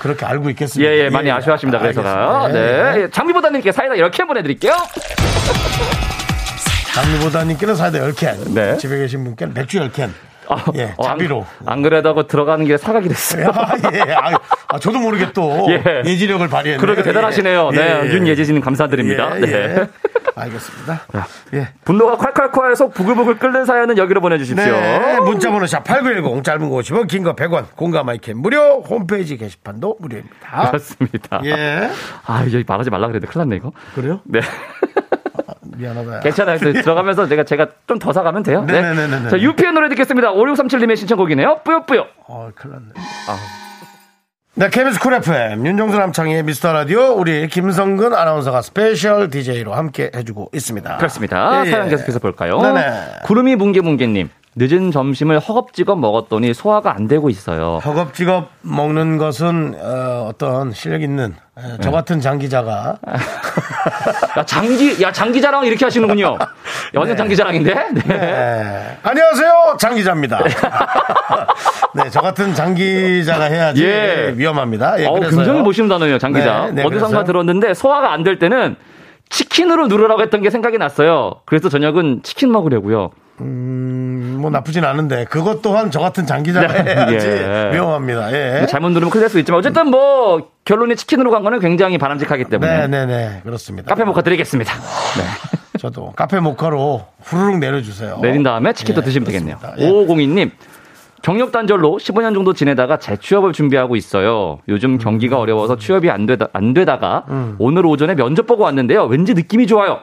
[SPEAKER 6] 그렇게 알고 있겠습니다.
[SPEAKER 2] 네. 예, 예, 많이 아쉬워하십니다. 그래서가.
[SPEAKER 6] 알겠습니다. 예,
[SPEAKER 2] 네. 장미보다님께 사이다 이렇게 보내드릴게요.
[SPEAKER 6] 장미보다님께는 사이다 10캔.
[SPEAKER 2] 네.
[SPEAKER 6] 집에 계신 분께는 맥주 10캔.
[SPEAKER 2] 아,
[SPEAKER 6] 예,
[SPEAKER 2] 어, 안-
[SPEAKER 6] 자비로.
[SPEAKER 2] 안, 그래도 하고 들어가는 길에 사가게 됐어요.
[SPEAKER 6] 아, 예, 아, 아, 저도 모르게 또
[SPEAKER 2] 예.
[SPEAKER 6] 예. 지력을 발휘했네요.
[SPEAKER 2] 그러게 대단하시네요.
[SPEAKER 6] 예,
[SPEAKER 2] 네,
[SPEAKER 6] 예, 예.
[SPEAKER 2] 윤예지진 감사드립니다.
[SPEAKER 6] 예,
[SPEAKER 2] 네.
[SPEAKER 6] 예. 알겠습니다. 예.
[SPEAKER 2] 분노가 콸콸콸 속 부글부글 끓는 사연은 여기로
[SPEAKER 6] 네.
[SPEAKER 2] 보내주십시오.
[SPEAKER 6] 문자번호 샵 8910, 짧은 거 50원, 긴 거 100원, 공감 마이캠 무료, 홈페이지 게시판도 무료입니다.
[SPEAKER 2] 그렇습니다.
[SPEAKER 6] 예.
[SPEAKER 2] 아, 여기 말하지 말라 그랬는데 큰일 났네, 이거.
[SPEAKER 6] 그래요?
[SPEAKER 2] 네.
[SPEAKER 6] 미안하다.
[SPEAKER 2] 괜찮아요. 그래서 들어가면서 제가, 제가 좀 더 사가면 돼요.
[SPEAKER 6] 네네네네네.
[SPEAKER 2] 자, UP의 노래 듣겠습니다. 5637님의 신청곡이네요. 뿌요뿌요.
[SPEAKER 6] 어, 큰일 났네.
[SPEAKER 2] 아.
[SPEAKER 6] 네, KBS 쿨 FM, 윤정수 남창희의 미스터 라디오, 우리 김성근 아나운서가 스페셜 DJ로 함께 해주고 있습니다.
[SPEAKER 2] 그렇습니다.
[SPEAKER 6] 예, 예.
[SPEAKER 2] 사연 계속해서 볼까요?
[SPEAKER 6] 네네.
[SPEAKER 2] 구름이 뭉게뭉게님. 늦은 점심을 허겁지겁 먹었더니 소화가 안 되고 있어요.
[SPEAKER 6] 허겁지겁 먹는 것은 어, 어떤 실력 있는 에,
[SPEAKER 2] 네.
[SPEAKER 6] 저 같은 장기자가
[SPEAKER 2] 야, 장기, 야, 장기자랑 이렇게 하시는군요. 완전 장기자랑인데? 네.
[SPEAKER 6] 네. 안녕하세요 장기자입니다. 네, 저 같은 장기자가 해야지
[SPEAKER 2] 예.
[SPEAKER 6] 위험합니다. 예,
[SPEAKER 2] 어,
[SPEAKER 6] 그래서요.
[SPEAKER 2] 굉장히 모시는 단어예요, 장기자.
[SPEAKER 6] 네, 네,
[SPEAKER 2] 어디선가
[SPEAKER 6] 그래서요?
[SPEAKER 2] 들었는데 소화가 안 될 때는 치킨으로 누르라고 했던 게 생각이 났어요. 그래서 저녁은 치킨 먹으려고요.
[SPEAKER 6] 음, 뭐 나쁘진 않은데 그것 또한 저 같은 장기자가 해야지
[SPEAKER 2] 예.
[SPEAKER 6] 위험합니다. 예.
[SPEAKER 2] 잘못 누르면 큰일 날 수 있지만 어쨌든 뭐 결론이 치킨으로 간 거는 굉장히 바람직하기 때문에
[SPEAKER 6] 네, 네, 네, 그렇습니다.
[SPEAKER 2] 카페 모카 드리겠습니다.
[SPEAKER 6] 저도 카페 모카로 후루룩 내려주세요.
[SPEAKER 2] 내린 다음에 치킨도 드시면 되겠네요.
[SPEAKER 6] 그렇습니다. 예.
[SPEAKER 2] 5502님. 경력 단절로 15년 정도 지내다가 재취업을 준비하고 있어요. 요즘
[SPEAKER 6] 음.
[SPEAKER 2] 경기가 어려워서 취업이 안 되다 안 되다가 오늘 오전에 면접 보고 왔는데요. 왠지 느낌이 좋아요.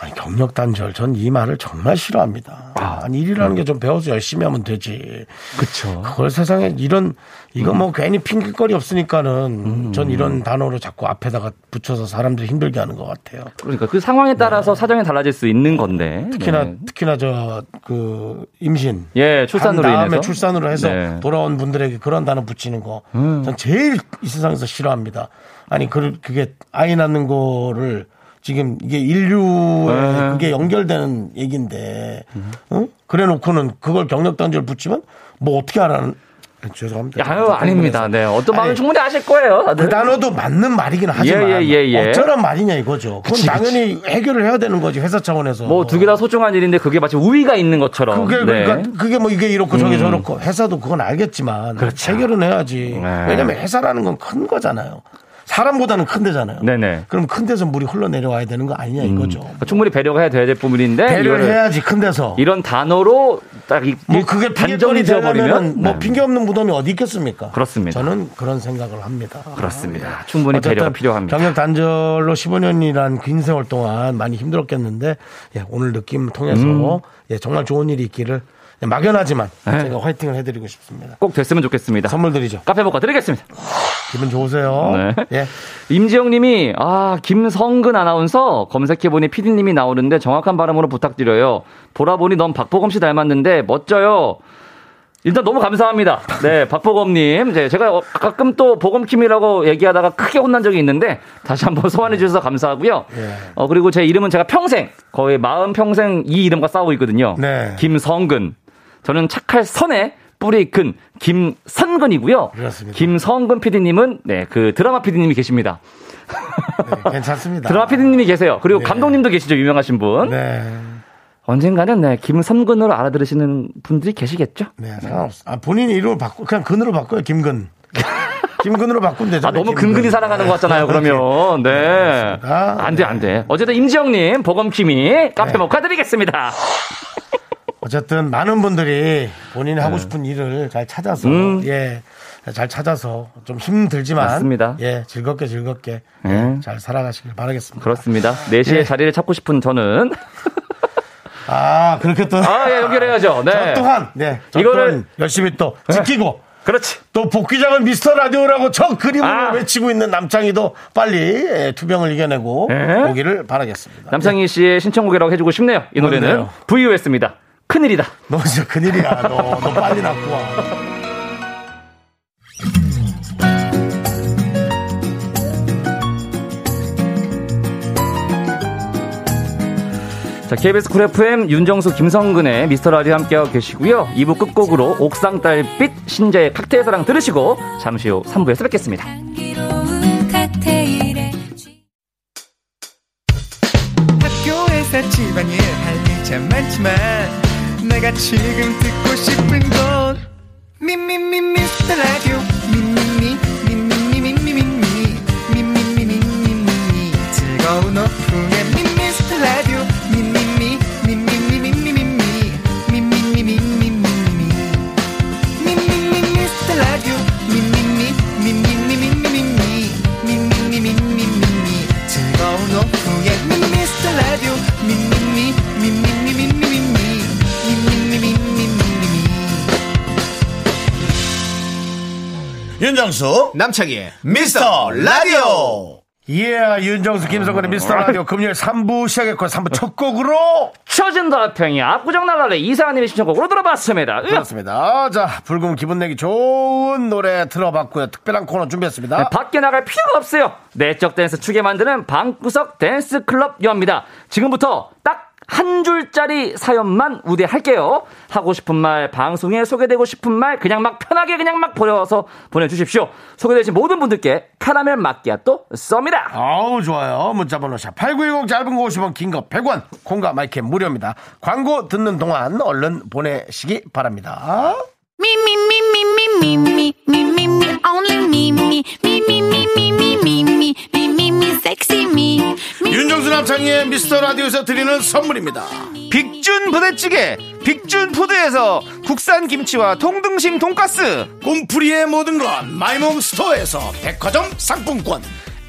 [SPEAKER 6] 아니, 경력 단절. 전 이 말을 정말 싫어합니다. 아니, 일이라는 게 좀 배워서 열심히 하면 되지.
[SPEAKER 2] 그렇죠.
[SPEAKER 6] 그걸 세상에 이런 이거 뭐 괜히 핑계거리 없으니까는 전 이런 단어로 자꾸 앞에다가 붙여서 사람들 이 힘들게 하는 것 같아요.
[SPEAKER 2] 그러니까 그 상황에 따라서 사정이 달라질 수 있는 건데.
[SPEAKER 6] 네. 특히나
[SPEAKER 2] 네.
[SPEAKER 6] 특히나 저 그 임신
[SPEAKER 2] 예, 출산으로
[SPEAKER 6] 한 다음에
[SPEAKER 2] 인해서?
[SPEAKER 6] 출산으로 해서
[SPEAKER 2] 네. 음.
[SPEAKER 6] 돌아온 분들에게 그런 단어 붙이는 거. 전 제일 이 세상에서 싫어합니다. 아니 그 그게 아이 낳는 거를 지금 이게 인류에
[SPEAKER 2] 네.
[SPEAKER 6] 그게 연결되는 얘기인데 응? 그래놓고는 그걸 경력 단절 붙이면 뭐 어떻게 하라는 죄송합니다.
[SPEAKER 2] 아유, 아닙니다. 네. 어떤 마음은
[SPEAKER 6] 아니,
[SPEAKER 2] 충분히 아실 거예요. 다들.
[SPEAKER 6] 그 단어도 맞는 말이긴 하지만
[SPEAKER 2] 예, 예, 예.
[SPEAKER 6] 어쩌란 말이냐 이거죠. 그건
[SPEAKER 2] 그치, 그치.
[SPEAKER 6] 당연히 해결을 해야 되는 거지 회사 차원에서.
[SPEAKER 2] 뭐 두 개 다 소중한 일인데 그게 마치 우위가 있는 것처럼.
[SPEAKER 6] 그게
[SPEAKER 2] 네. 음.
[SPEAKER 6] 그러니까 그게 뭐 이게 이렇고 저게 저렇고 회사도 그건 알겠지만 해결은 해야지.
[SPEAKER 2] 그렇죠. 네.
[SPEAKER 6] 왜냐면 회사라는 건 큰 거잖아요. 사람보다는 큰 데잖아요.
[SPEAKER 2] 네네.
[SPEAKER 6] 그럼 큰 데서 물이 흘러 내려와야 되는 거 아니냐 이거죠.
[SPEAKER 2] 충분히 배려가 해야 될 부분인데
[SPEAKER 6] 배려를
[SPEAKER 2] 이거를
[SPEAKER 6] 해야지 큰 데서.
[SPEAKER 2] 이런 단어로 딱 이,
[SPEAKER 6] 뭐 그게
[SPEAKER 2] 단정을
[SPEAKER 6] 핑계거리
[SPEAKER 2] 지어버리면
[SPEAKER 6] 되려면 뭐
[SPEAKER 2] 네.
[SPEAKER 6] 핑계 없는 무덤이 어디 있겠습니까?
[SPEAKER 2] 그렇습니다.
[SPEAKER 6] 저는 그런 생각을 합니다.
[SPEAKER 2] 그렇습니다. 충분히 배려가
[SPEAKER 6] 어쨌든
[SPEAKER 2] 필요합니다.
[SPEAKER 6] 경력 단절로 15년이란 긴 세월 동안 많이 힘들었겠는데 예, 오늘 느낌 통해서
[SPEAKER 2] 음.
[SPEAKER 6] 예, 정말 좋은 일이 있기를 예, 막연하지만
[SPEAKER 2] 네.
[SPEAKER 6] 제가 화이팅을 해드리고 싶습니다.
[SPEAKER 2] 꼭 됐으면 좋겠습니다.
[SPEAKER 6] 선물 드리죠.
[SPEAKER 2] 카페 먹고 드리겠습니다.
[SPEAKER 6] 기분 좋으세요?
[SPEAKER 2] 네.
[SPEAKER 6] 예.
[SPEAKER 2] 임지영 님이, 아, 김성근 아나운서 검색해보니 피디님이 나오는데 정확한 발음으로 부탁드려요. 돌아보니 넌 박보검 씨 닮았는데 멋져요. 일단 너무 감사합니다. 네, 박보검님. 제- 제가 어, 가끔 또 보검킴이라고 얘기하다가 크게 혼난 적이 있는데 다시 한번 소환해 주셔서 감사하고요.
[SPEAKER 6] 예.
[SPEAKER 2] 어, 그리고 제 이름은 제가 평생, 거의 마음 평생 이 이름과 싸우고 있거든요.
[SPEAKER 6] 네.
[SPEAKER 2] 김성근. 저는 착할 선에 뿌리 큰 김선근이고요.
[SPEAKER 6] 그렇습니다.
[SPEAKER 2] 김성근 PD님은 네, 그 드라마 PD님이 계십니다.
[SPEAKER 6] 네, 괜찮습니다.
[SPEAKER 2] 드라마 PD님이 계세요. 그리고
[SPEAKER 6] 네.
[SPEAKER 2] 감독님도 계시죠. 유명하신 분.
[SPEAKER 6] 네.
[SPEAKER 2] 언젠가는 네, 김선근으로 알아들으시는 분들이 계시겠죠?
[SPEAKER 6] 네, 상관없어. 아, 본인 이름을 바꾸, 그냥 근으로 바꿔요. 김근. 김근으로 바꾸면 되죠.
[SPEAKER 2] 아, 너무 근근히 사랑하는 것
[SPEAKER 6] 네.
[SPEAKER 2] 같잖아요, 그러면. 네.
[SPEAKER 6] 그렇습니다.
[SPEAKER 2] 안 돼, 안 돼. 어쨌든 임지영님, 보검킴이 카페
[SPEAKER 6] 네.
[SPEAKER 2] 먹화 드리겠습니다.
[SPEAKER 6] 어쨌든 많은 분들이 본인이
[SPEAKER 2] 네.
[SPEAKER 6] 하고 싶은 일을 잘 찾아서, 예. 잘 찾아서 좀 힘들지만.
[SPEAKER 2] 음. 맞습니다.
[SPEAKER 6] 예, 즐겁게 즐겁게
[SPEAKER 2] 예.
[SPEAKER 6] 잘 살아가시길 바라겠습니다.
[SPEAKER 2] 그렇습니다. 4시에
[SPEAKER 6] 예.
[SPEAKER 2] 자리를 찾고 싶은 저는.
[SPEAKER 6] 아, 그렇게 또.
[SPEAKER 2] 아, 예, 연결해야죠. 네.
[SPEAKER 6] 저 또한, 네. 저
[SPEAKER 2] 이거를- 네.
[SPEAKER 6] 또한 열심히 또 지키고
[SPEAKER 2] 그렇지.
[SPEAKER 6] 또 복귀장은 미스터 라디오라고 저 그림으로
[SPEAKER 2] 아.
[SPEAKER 6] 외치고 있는 남창희도 빨리 예, 투병을 이겨내고
[SPEAKER 2] 예?
[SPEAKER 6] 오기를 바라겠습니다.
[SPEAKER 2] 아, 남상희 씨의 신청곡이라고 해주고 싶네요. 이 노래는
[SPEAKER 6] 그러네요.
[SPEAKER 2] VOS입니다. 큰일이다.
[SPEAKER 6] 너 진짜 큰일이야. 너, 너 빨리 낳고 와.
[SPEAKER 2] 자, KBS 쿨 FM 윤정수 김성근의 미스터 라디오 함께하고 계시고요. 2부 끝곡으로 옥상 달빛 신자의 칵테일 사랑 들으시고 잠시 후 3부에서 뵙겠습니다.
[SPEAKER 3] 향기로운 칵테일에 취-
[SPEAKER 7] 학교에서 집안일 할 일 참 많지만 내가 지금 듣고 싶은 건 미미미 미스터 라디오 미미미 미미미 미미미 미미미 미미미 미미미 즐거운 오후에 미스터 라디오 미미미 미미미 미미미 미미미 미미미 미미미
[SPEAKER 8] 윤정수 남창희의 미스터 라디오
[SPEAKER 6] 예, 윤정수 김성근의 미스터 라디오 금요일 3부 시작했고 3부 첫 곡으로
[SPEAKER 2] 처진 더평이 압구정 날라래 이사님의 신청곡으로 들어봤습니다. 으악!
[SPEAKER 6] 그렇습니다. 자, 붉은 기분 내기 좋은 노래 들어봤고요. 특별한 코너 준비했습니다.
[SPEAKER 2] 네, 밖에 나갈 필요가 없어요. 내적 댄스 추게 만드는 방구석 댄스 클럽 여입니다. 지금부터 딱 한 줄짜리 사연만 우대할게요. 하고 싶은 말, 방송에 소개되고 싶은 말, 그냥 막 편하게 그냥 막 보내서 보내주십시오. 소개되신 모든 분들께 카라멜 마끼아또 쏩니다.
[SPEAKER 6] 아우 좋아요. 문자번호 샵 8910 짧은 거 50원 긴 거 100원 콩과 마이크 무료입니다. 광고 듣는 동안 얼른 보내시기 바랍니다.
[SPEAKER 3] Me, me, me, me, me, me, me, me, me, me, only me, me, me, me, me, me, me, me, me, me, me, me, sexy me. Me,
[SPEAKER 6] 윤정수 남창희의 미스터 라디오에서 드리는 선물입니다.
[SPEAKER 7] 빅준 부대찌개 빅준 푸드에서 국산 김치와 통등심 돈가스
[SPEAKER 6] 꿈풀이의 모든 건 마이몸 스토어에서 백화점 상품권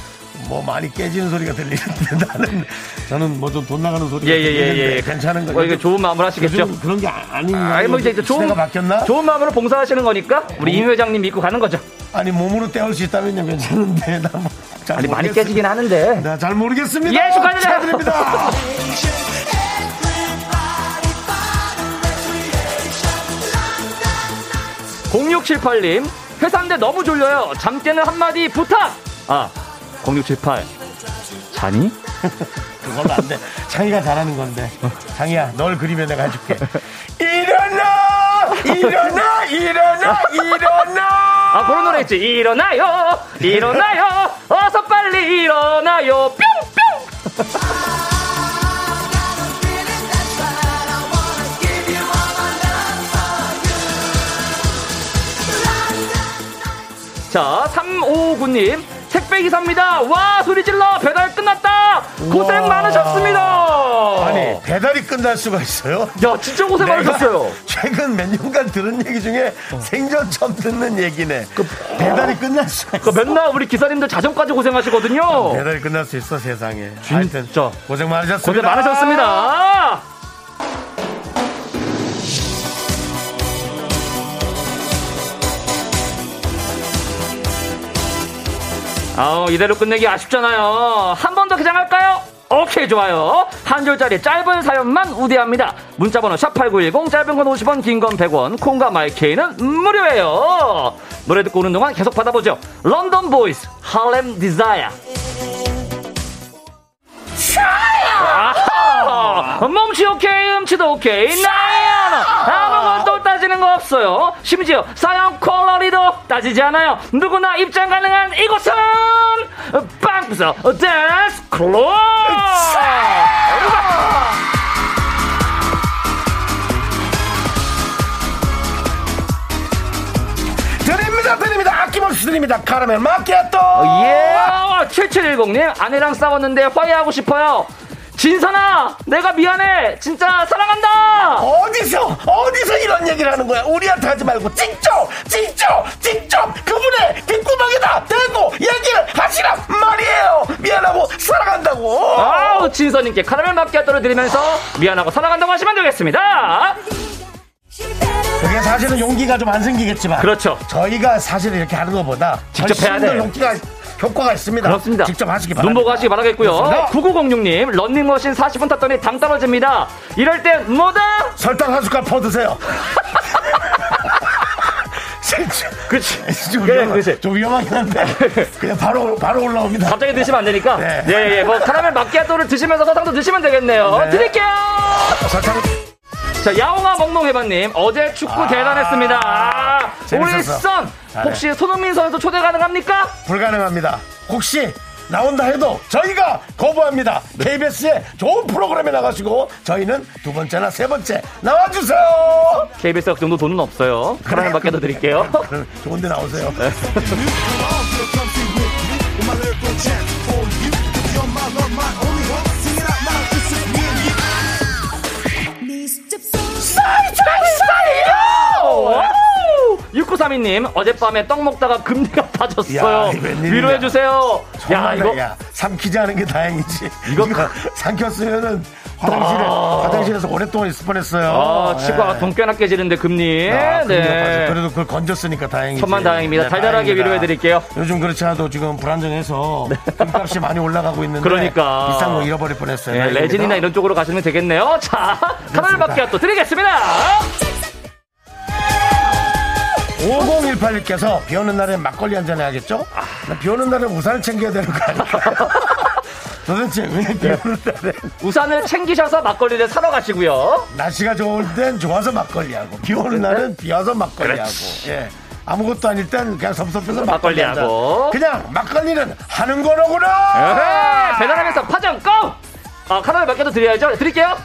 [SPEAKER 6] 뭐 많이 깨지는 소리가 들리는데 나는 저는 뭐 좀 돈 나가는 소리가
[SPEAKER 2] 예, 예, 예,
[SPEAKER 6] 들리는데
[SPEAKER 2] 예.
[SPEAKER 6] 괜찮은 거죠?
[SPEAKER 2] 어, 이게 좋은 마음으로 하시겠죠?
[SPEAKER 6] 요즘 그런 게 아- 아닌가요?
[SPEAKER 2] 아니, 뭐 이제
[SPEAKER 6] 요즘
[SPEAKER 2] 좋은,
[SPEAKER 6] 시대가 바뀌었나?
[SPEAKER 2] 좋은 마음으로 봉사하시는 거니까 우리 임 회장님 믿고 가는 거죠.
[SPEAKER 6] 아니 몸으로 때울 수 있다면요 괜찮은데 나 뭐, 잘
[SPEAKER 2] 아니, 많이
[SPEAKER 6] 모르겠습니다. 네,
[SPEAKER 2] 깨지긴 하는데.
[SPEAKER 6] 나잘 모르겠습니다.
[SPEAKER 2] 예, 축하드려요.
[SPEAKER 6] 축하드립니다.
[SPEAKER 2] 공 0678님, 회사인데 너무 졸려요. 잠 깨는 한마디 부탁! 아, 0678. 자니?
[SPEAKER 6] 그건 안 돼. 창희가 잘하는 건데. 창희야, 널 그리면 내가 해줄게. 일어나! 일어나! 일어나! 일어나!
[SPEAKER 2] 아 그런 노래 있지 일어나요 일어나요 어서 빨리 일어나요 뿅뿅 자 359님 택배기사입니다 네. 와 소리 질러 배달 끝났다 고생 많으셨습니다
[SPEAKER 6] 아니, 배달이 끝날 수가 있어요?
[SPEAKER 2] 야, 진짜 고생
[SPEAKER 6] 내가
[SPEAKER 2] 많으셨어요.
[SPEAKER 6] 최근 몇 년간 들은 얘기 중에 생전 처음 듣는 얘기네. 배달이 끝날 수가 있어.
[SPEAKER 2] 그 맨날 우리 기사님들 자정까지 고생하시거든요.
[SPEAKER 6] 배달이 끝날 수 있어 세상에. 하여튼 고생 많으셨습니다.
[SPEAKER 2] 고생 많으셨습니다. 아우 이대로 끝내기 아쉽잖아요. 한 번 더 개장할까요? 오케이 좋아요. 한 줄짜리 짧은 사연만 우대합니다. 문자번호 샵8910 짧은 건 50원 긴 건 100원 콩과 마이케이는 무료예요. 노래 듣고 오는 동안 계속 받아보죠. 런던 보이스 할렘 디자이어 아, 몸치 오케이, 음치도 오케이. 나연 아무것도 따지는 거 없어요. 심지어 사연 퀄러리도 따지지 않아요. 누구나 입장 가능한 이곳은 빵부서 댄스 클럽.
[SPEAKER 6] 드립니다 드립니다 아낌없이 드립니다 카라멜 마키아토.
[SPEAKER 2] 예. 7710님 아내랑 싸웠는데 화해하고 싶어요. 진선아, 내가 미안해. 진짜 사랑한다.
[SPEAKER 6] 어디서 어디서 이런 얘기를 하는 거야? 우리한테 하지 말고 직접 직접 직접 그분의 뒷구멍에다 대고 얘기를 하시란 말이에요. 미안하고 사랑한다고.
[SPEAKER 2] 아우, 진선님께 카라멜 마키아토를 드리면서 미안하고 사랑한다고 하시면 되겠습니다.
[SPEAKER 6] 그게 사실은 용기가 좀 안 생기겠지만
[SPEAKER 2] 그렇죠.
[SPEAKER 6] 저희가 사실 이렇게 하는 것보다
[SPEAKER 2] 직접 해야
[SPEAKER 6] 훨씬 더
[SPEAKER 2] 돼.
[SPEAKER 6] 용기가 효과가 있습니다.
[SPEAKER 2] 그렇습니다.
[SPEAKER 6] 직접 하시기 바랍니다.
[SPEAKER 2] 눈보고 하시기 바라겠고요.
[SPEAKER 6] 그렇습니다.
[SPEAKER 2] 9906님, 런닝머신 40분 탔더니 당 떨어집니다. 이럴 땐 뭐다?
[SPEAKER 6] 설탕 한 숟갈 퍼드세요. 진짜
[SPEAKER 2] 그치.
[SPEAKER 6] 좀,
[SPEAKER 2] 그래,
[SPEAKER 6] 위험하,
[SPEAKER 2] 그치.
[SPEAKER 6] 좀 위험하긴 한데 그냥 바로 바로 올라옵니다.
[SPEAKER 2] 갑자기 드시면 안 되니까.
[SPEAKER 6] 네.
[SPEAKER 2] 네. 예, 예. 뭐, 카라멜 마키아토를 드시면서 사탕도 드시면 되겠네요.
[SPEAKER 6] 네.
[SPEAKER 2] 드릴게요!
[SPEAKER 6] 설탕
[SPEAKER 2] 자, 야옹아 멍멍해바님, 어제 축구 대단했습니다. 아,
[SPEAKER 6] 재밌었어.
[SPEAKER 2] 울산!
[SPEAKER 6] 잘해.
[SPEAKER 2] 혹시 손흥민 선수 초대 가능합니까?
[SPEAKER 6] 불가능합니다. 혹시 나온다 해도 저희가 거부합니다.
[SPEAKER 2] 네.
[SPEAKER 6] KBS에 좋은 프로그램에 나가시고 저희는 두 번째나 세 번째 나와주세요.
[SPEAKER 2] KBS 그 정도 돈은 없어요. 카라멜 마키아토 드릴게요.
[SPEAKER 6] 그럼 좋은데 나오세요. 어,
[SPEAKER 2] 와우! 6932님, 어젯밤에 떡 먹다가 금리가
[SPEAKER 6] 야,
[SPEAKER 2] 빠졌어요.
[SPEAKER 6] 이거 웬일이냐.
[SPEAKER 2] 위로해주세요. 야,
[SPEAKER 6] 정말
[SPEAKER 2] 이거
[SPEAKER 6] 야, 삼키지 않은 게 다행이지. 이거,
[SPEAKER 2] 이거
[SPEAKER 6] 삼켰으면은 화장실에 화장실에서 오랫동안 있을 뻔했어요.
[SPEAKER 2] 아, 치과가
[SPEAKER 6] 예.
[SPEAKER 2] 돈깨나 깨지는데 금리.
[SPEAKER 6] 아, 그럼요. 맞아요.
[SPEAKER 2] 네.
[SPEAKER 6] 그래도 그걸 건졌으니까 다행이지. 네,
[SPEAKER 2] 천만 다행입니다. 달달하게
[SPEAKER 6] 다행이다.
[SPEAKER 2] 위로해드릴게요. 네.
[SPEAKER 6] 요즘 그렇지 않아도 지금 불안정해서 금값이 많이 올라가고 있는데
[SPEAKER 2] 그러니까.
[SPEAKER 6] 비싼 거 잃어버릴 뻔했어요.
[SPEAKER 2] 네,
[SPEAKER 6] 다행입니다.
[SPEAKER 2] 레진이나 이런 쪽으로 가시면 되겠네요. 자, 카메라 밖에 또 드리겠습니다.
[SPEAKER 6] 5018님께서 비 오는 날엔 막걸리 한잔 해야겠죠?
[SPEAKER 2] 아.
[SPEAKER 6] 나비 오는 날엔 우산을 챙겨야 되는 거 아닐까? 도대체 왜
[SPEAKER 2] 네.
[SPEAKER 6] 비 오는 날엔
[SPEAKER 2] 우산을 챙기셔서 막걸리를 사러 가시고요.
[SPEAKER 6] 날씨가 좋을 땐 좋아서 막걸리하고 비 오는 날은 비 와서 막걸리하고 예. 아무것도 아닐 땐 그냥 섭섭해서
[SPEAKER 2] 막걸리하고.
[SPEAKER 6] 막걸리하고 그냥 막걸리는 하는 거로구나
[SPEAKER 2] 네, 배달하면서 파전 고! 아, 카메라 밖에도 드려야죠. 드릴게요.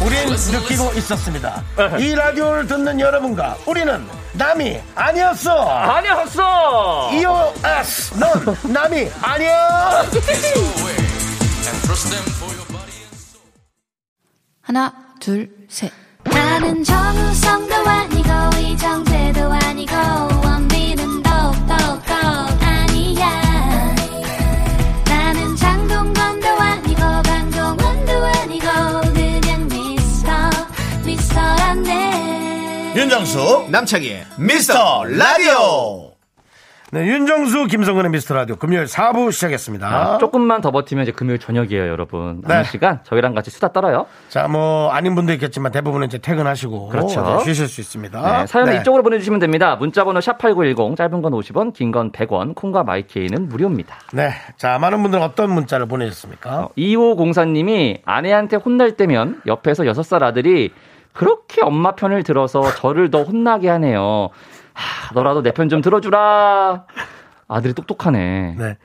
[SPEAKER 6] 우린 느끼고 있었습니다 이 라디오를 듣는 여러분과 우리는 남이 아니었어
[SPEAKER 2] 아니었어.
[SPEAKER 6] EOS 넌 남이 아니야
[SPEAKER 9] 하나, 둘, 셋.
[SPEAKER 4] 나는 음, 정우성도 아니고 이정재도 아니고 원빈은 더욱더 아니야 나는 장동건도 아니고 방종원도 아니고 그냥 미스터 미스터란데
[SPEAKER 8] 윤정수 남창희의 미스터 라디오
[SPEAKER 6] 네, 윤정수 김성근의 미스터 라디오 금요일 4부 시작했습니다
[SPEAKER 2] 아, 조금만 더 버티면 이제 금요일 저녁이에요, 여러분. 남은
[SPEAKER 6] 네.
[SPEAKER 2] 시간 저희랑 같이 수다 떨어요.
[SPEAKER 6] 자, 뭐 아닌 분도 있겠지만 대부분은 이제 퇴근하시고
[SPEAKER 2] 그렇죠.
[SPEAKER 6] 네, 쉬실 수 있습니다.
[SPEAKER 2] 네, 사연은
[SPEAKER 6] 네.
[SPEAKER 2] 이쪽으로 보내주시면 됩니다. 문자번호 샵8910, 짧은 건 50원, 긴 건 100원, 콩과 마이케이는 무료입니다.
[SPEAKER 6] 네, 자 많은 분들은 어떤 문자를
[SPEAKER 2] 어.
[SPEAKER 6] 보내셨습니까?
[SPEAKER 2] 2504님이 아내한테 혼날 때면 옆에서 6살 아들이 그렇게 엄마 편을 들어서 저를 더 혼나게 하네요. 하, 너라도 내 편 좀 들어주라. 아들이 똑똑하네.
[SPEAKER 6] 네,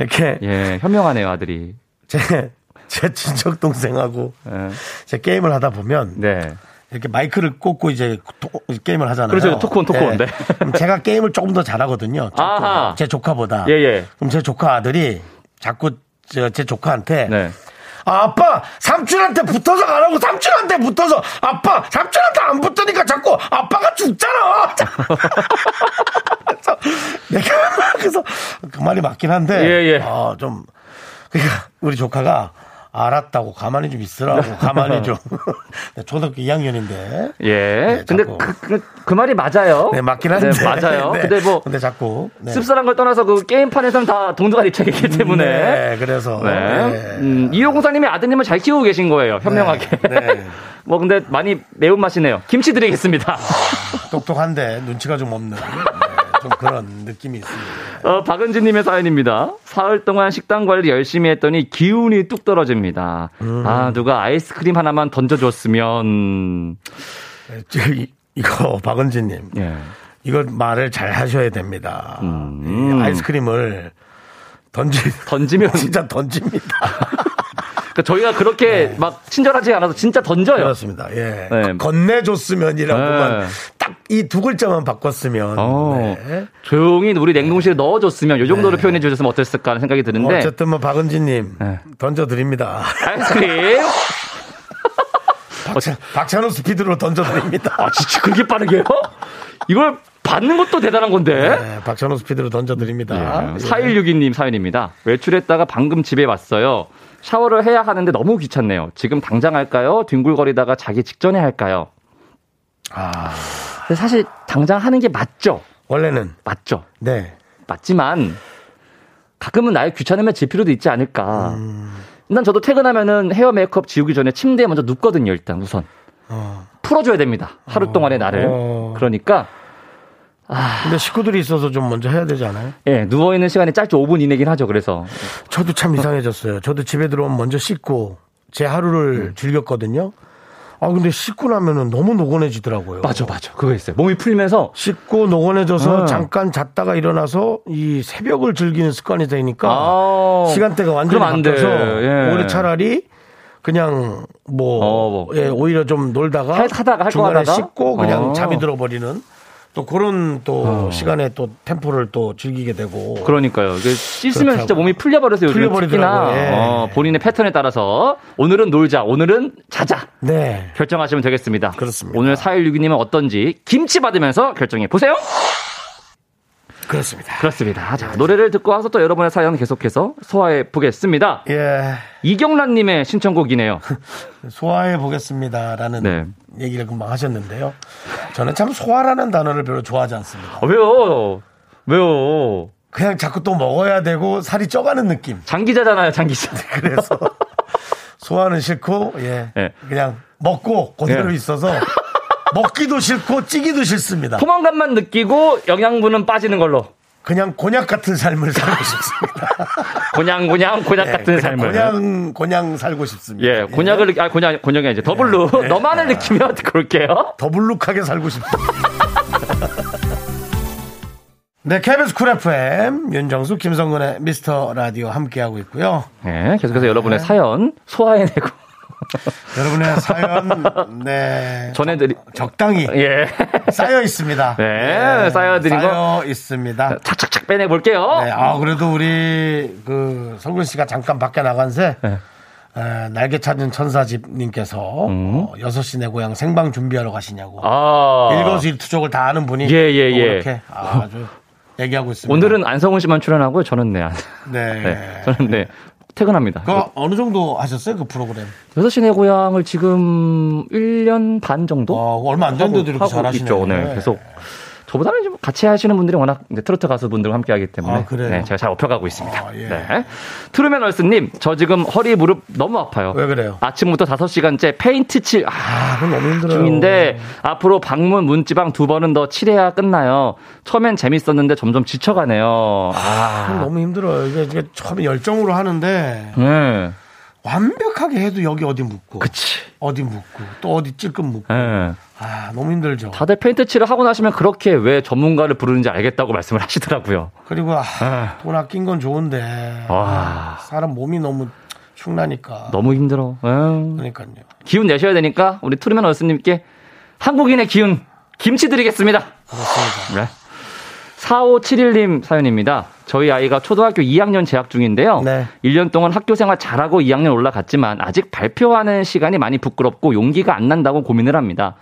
[SPEAKER 6] 이렇게
[SPEAKER 2] 예, 현명하네요, 아들이.
[SPEAKER 6] 제, 제 친척 동생하고
[SPEAKER 2] 예,
[SPEAKER 6] 제 게임을 하다 보면
[SPEAKER 2] 네.
[SPEAKER 6] 이렇게 마이크를 꽂고 이제 토- 게임을 하잖아요.
[SPEAKER 2] 그렇죠. 토크온, 토크온.
[SPEAKER 6] 네.
[SPEAKER 2] 네.
[SPEAKER 6] 그럼 제가 게임을 조금 더 잘하거든요. 조금.
[SPEAKER 2] 아하.
[SPEAKER 6] 제 조카보다.
[SPEAKER 2] 예, 예.
[SPEAKER 6] 그럼 제 조카 아들이 자꾸 저- 제 조카한테
[SPEAKER 2] 네.
[SPEAKER 6] 아빠 삼촌한테 붙어서 가라고 삼촌한테 붙어서 아빠 삼촌한테 안 붙으니까 자꾸 아빠가 죽잖아. 그래서 내가 그래서 그 말이 맞긴 한데
[SPEAKER 2] 예, 예.
[SPEAKER 6] 아, 좀 그러니까 우리 조카가 알았다고 가만히 좀 있으라고 가만히 좀 네, 초등학교 2학년인데
[SPEAKER 2] 예.
[SPEAKER 6] 네,
[SPEAKER 2] 근데
[SPEAKER 6] 자꾸.
[SPEAKER 2] 그, 그, 그 말이 맞아요.
[SPEAKER 6] 네 맞긴 한데
[SPEAKER 2] 네, 맞아요.
[SPEAKER 6] 네.
[SPEAKER 2] 근데 뭐
[SPEAKER 6] 근데 자꾸 네.
[SPEAKER 2] 씁쓸한 걸 떠나서 그 게임판에서는 다 동등한 입장이기 때문에.
[SPEAKER 6] 네, 그래서
[SPEAKER 2] 네.
[SPEAKER 6] 네.
[SPEAKER 2] 음, 이호공사님의 아드님을 잘 키우고 계신 거예요. 현명하게.
[SPEAKER 6] 네, 네.
[SPEAKER 2] 뭐 근데 많이 매운맛이네요. 김치 드리겠습니다.
[SPEAKER 6] 똑똑한데 눈치가 좀 없는 네, 좀 그런 느낌이 있습니다.
[SPEAKER 2] 어, 박은진님의 사연입니다. 사흘 동안 식단 관리 열심히 했더니 기운이 뚝 떨어집니다.
[SPEAKER 6] 음.
[SPEAKER 2] 아 누가 아이스크림 하나만 던져줬으면.
[SPEAKER 6] 네, 저 이- 이거 박은지님
[SPEAKER 2] 예.
[SPEAKER 6] 이걸 말을 잘 하셔야 됩니다.
[SPEAKER 2] 음.
[SPEAKER 6] 이 아이스크림을 던지
[SPEAKER 2] 던지면
[SPEAKER 6] 뭐, 진짜 던집니다.
[SPEAKER 2] 그러니까 저희가 그렇게 막 친절하지 않아서 진짜 던져요.
[SPEAKER 6] 네. 그렇습니다. 예.
[SPEAKER 2] 네.
[SPEAKER 6] 건네줬으면이라고만
[SPEAKER 2] 네.
[SPEAKER 6] 딱 이 두 글자만 바꿨으면
[SPEAKER 2] 어,
[SPEAKER 6] 네.
[SPEAKER 2] 조용히 우리 냉동실에 넣어줬으면 요 정도로 표현해 주셨으면 어땠을까 하는 생각이 드는데
[SPEAKER 6] 어쨌든 뭐 박은지님
[SPEAKER 2] 네.
[SPEAKER 6] 던져드립니다.
[SPEAKER 2] 아이스크림 어,
[SPEAKER 6] 박찬, 박찬호 스피드로 던져드립니다.
[SPEAKER 2] 아 진짜 그렇게 빠르게요? 이걸 받는 것도 대단한 건데
[SPEAKER 6] 네, 박찬호 스피드로
[SPEAKER 2] 아,
[SPEAKER 6] 던져드립니다. 예.
[SPEAKER 2] 4162님 사연입니다 외출했다가 방금 집에 왔어요 샤워를 해야 하는데 너무 귀찮네요 지금 당장 할까요? 뒹굴거리다가 자기 직전에 할까요?
[SPEAKER 6] 아,
[SPEAKER 2] 근데 사실 당장 하는 게 맞죠
[SPEAKER 6] 원래는
[SPEAKER 2] 맞죠
[SPEAKER 6] 네.
[SPEAKER 2] 맞지만 가끔은 나의 귀찮으면 질 필요도 있지 않을까. 일단 저도 퇴근하면은 헤어 메이크업 지우기 전에 침대에 먼저 눕거든요. 일단 우선 풀어줘야 됩니다. 하루 동안의 나를.
[SPEAKER 6] 어.
[SPEAKER 2] 그러니까
[SPEAKER 6] 근데 식구들이 있어서 좀 먼저 해야 되지 않아요?
[SPEAKER 2] 예 누워 있는 시간이 짧죠. 5분 이내긴 하죠. 그래서
[SPEAKER 6] 저도 참 이상해졌어요. 저도 집에 들어오면 먼저 씻고 제
[SPEAKER 2] 음.
[SPEAKER 6] 하루를 즐겼거든요. 아 근데 씻고 나면은 너무 노곤해지더라고요.
[SPEAKER 2] 맞아 맞아 그거 있어요. 몸이 풀리면서
[SPEAKER 6] 씻고 노곤해져서
[SPEAKER 2] 어.
[SPEAKER 6] 잠깐 잤다가 일어나서 이 새벽을 즐기는 습관이 되니까
[SPEAKER 2] 아.
[SPEAKER 6] 시간대가 완전히
[SPEAKER 2] 그럼 안 돼.
[SPEAKER 6] 바뀌어서
[SPEAKER 2] 예.
[SPEAKER 6] 오히려 차라리 그냥 뭐,
[SPEAKER 2] 어, 뭐.
[SPEAKER 6] 예, 오히려 좀 놀다가
[SPEAKER 2] 할- 하다가 할거
[SPEAKER 6] 중간에
[SPEAKER 2] 하다가?
[SPEAKER 6] 씻고 그냥
[SPEAKER 2] 어.
[SPEAKER 6] 잠이 들어버리는 또 그런 또 시간에 또 템포를 또 즐기게 되고
[SPEAKER 2] 그러니까요. 이게 씻으면
[SPEAKER 6] 그렇다고.
[SPEAKER 2] 진짜 몸이 풀려버려서 요즘
[SPEAKER 6] 풀려버리더라고요.
[SPEAKER 2] 특히나
[SPEAKER 6] 예.
[SPEAKER 2] 어, 본인의 패턴에 따라서 오늘은 놀자, 오늘은 자자
[SPEAKER 6] 네.
[SPEAKER 2] 결정하시면 되겠습니다.
[SPEAKER 6] 그렇습니다.
[SPEAKER 2] 오늘 4162님은 어떤지 김치 받으면서 결정해 보세요.
[SPEAKER 6] 그렇습니다.
[SPEAKER 2] 그렇습니다. 자, 노래를 듣고 와서 또 여러분의 사연 계속해서 소화해 보겠습니다.
[SPEAKER 6] 예.
[SPEAKER 2] 이경란님의 신청곡이네요.
[SPEAKER 6] 소화해 보겠습니다라는
[SPEAKER 2] 네.
[SPEAKER 6] 얘기를 금방 하셨는데요. 저는 참 소화라는 단어를 별로 좋아하지 않습니다.
[SPEAKER 2] 아, 왜요? 왜요?
[SPEAKER 6] 그냥 자꾸 또 먹어야 되고 살이 쪄가는 느낌.
[SPEAKER 2] 장기자잖아요, 장기자.
[SPEAKER 6] 네, 그래서 소화는 싫고 예
[SPEAKER 2] 예.
[SPEAKER 6] 그냥 먹고 그대로
[SPEAKER 2] 예.
[SPEAKER 6] 있어서 먹기도 싫고 찌기도 싫습니다.
[SPEAKER 2] 포만감만 느끼고 영양분은 빠지는 걸로.
[SPEAKER 6] 그냥 곤약 같은 삶을 살고 싶습니다.
[SPEAKER 2] 곤양, 곤양, 곤약
[SPEAKER 6] 예,
[SPEAKER 2] 같은
[SPEAKER 6] 그냥
[SPEAKER 2] 삶을.
[SPEAKER 6] 곤양 곤양 살고 싶습니다.
[SPEAKER 2] 예, 곤약을, 느- 아, 곤약, 곤약이 아니죠. 더블로. 너만을 느끼면 그럴게요.
[SPEAKER 6] 더블룩하게 살고 싶습니다. 네, KBS 쿨 FM 윤정수 김성근의 미스터 라디오 함께하고 있고요.
[SPEAKER 2] 예, 계속해서 여러분의 사연 소화해내고
[SPEAKER 6] 여러분의 사연 네
[SPEAKER 2] 전해드리,
[SPEAKER 6] 적당히
[SPEAKER 2] 예.
[SPEAKER 6] 쌓여 있습니다.
[SPEAKER 2] 네, 쌓여드린 거.
[SPEAKER 6] 쌓여 있습니다.
[SPEAKER 2] 착착착 빼내볼게요.
[SPEAKER 6] 네, 아 그래도 우리 그 성근 씨가 잠깐 밖에 나간 새
[SPEAKER 2] 네.
[SPEAKER 6] 에, 날개 찾은 천사집님께서 어, 6시 내 고향 생방 준비하러 가시냐고
[SPEAKER 2] 음. 아.
[SPEAKER 6] 일거수일투족을 다 아는 분이
[SPEAKER 2] 예, 예, 예.
[SPEAKER 6] 이렇게 아주 얘기하고 있습니다.
[SPEAKER 2] 오늘은 안성훈 씨만 출연하고요. 저는 네. 안-
[SPEAKER 6] 네.
[SPEAKER 2] 네. 저는 네. 퇴근합니다.
[SPEAKER 6] 그 어느 정도 하셨어요 그 프로그램?
[SPEAKER 2] 여섯 시내 고향을 지금 1년 반 정도?
[SPEAKER 6] 어, 얼마 안
[SPEAKER 2] 하고-
[SPEAKER 6] 됐는데도 이렇게
[SPEAKER 2] 하고
[SPEAKER 6] 잘하시네요.
[SPEAKER 2] 있죠. 네.
[SPEAKER 6] 네.
[SPEAKER 2] 계속. 저보다는 좀 같이 하시는 분들이 워낙 이제 트로트 가수분들과 함께 하기 때문에
[SPEAKER 6] 아, 그래요?
[SPEAKER 2] 네, 제가 잘 업혀가고 있습니다.
[SPEAKER 6] 아, 예.
[SPEAKER 2] 네. 트루맨 얼스님, 저 지금 허리 무릎 너무 아파요.
[SPEAKER 6] 왜 그래요?
[SPEAKER 2] 아침부터 5시간째 페인트 칠, 아,
[SPEAKER 6] 아, 그건 너무 힘들어요.
[SPEAKER 2] 중인데 앞으로 방문 문지방 두 번은 더 칠해야 끝나요. 처음엔 재밌었는데 점점 지쳐가네요.
[SPEAKER 6] 그건
[SPEAKER 2] 아,
[SPEAKER 6] 너무 힘들어요. 이게, 이게 처음에 열정으로 하는데
[SPEAKER 2] 네.
[SPEAKER 6] 완벽하게 해도 여기 어디 묻고
[SPEAKER 2] 그치.
[SPEAKER 6] 어디 묻고 또 어디 찔끔 묻고
[SPEAKER 2] 네.
[SPEAKER 6] 아 너무 힘들죠.
[SPEAKER 2] 다들 페인트 칠을 하고 나시면 그렇게 왜 전문가를 부르는지 알겠다고 말씀을 하시더라고요.
[SPEAKER 6] 그리고 아, 돈 아낀 건 좋은데 아,
[SPEAKER 2] 와,
[SPEAKER 6] 사람 몸이 너무 축나니까
[SPEAKER 2] 아. 너무 힘들어. 에휴.
[SPEAKER 6] 그러니까요.
[SPEAKER 2] 기운 내셔야 되니까 우리 투르맨 얼스님께 한국인의 기운 김치 드리겠습니다.
[SPEAKER 6] 그렇습니다.
[SPEAKER 2] 네. 4571님 사연입니다. 저희 아이가 초등학교 2학년 재학 중인데요.
[SPEAKER 6] 네.
[SPEAKER 2] 1년 동안 학교 생활 잘하고 2학년 올라갔지만 아직 발표하는 시간이 많이 부끄럽고 용기가 안 난다고 고민을 합니다.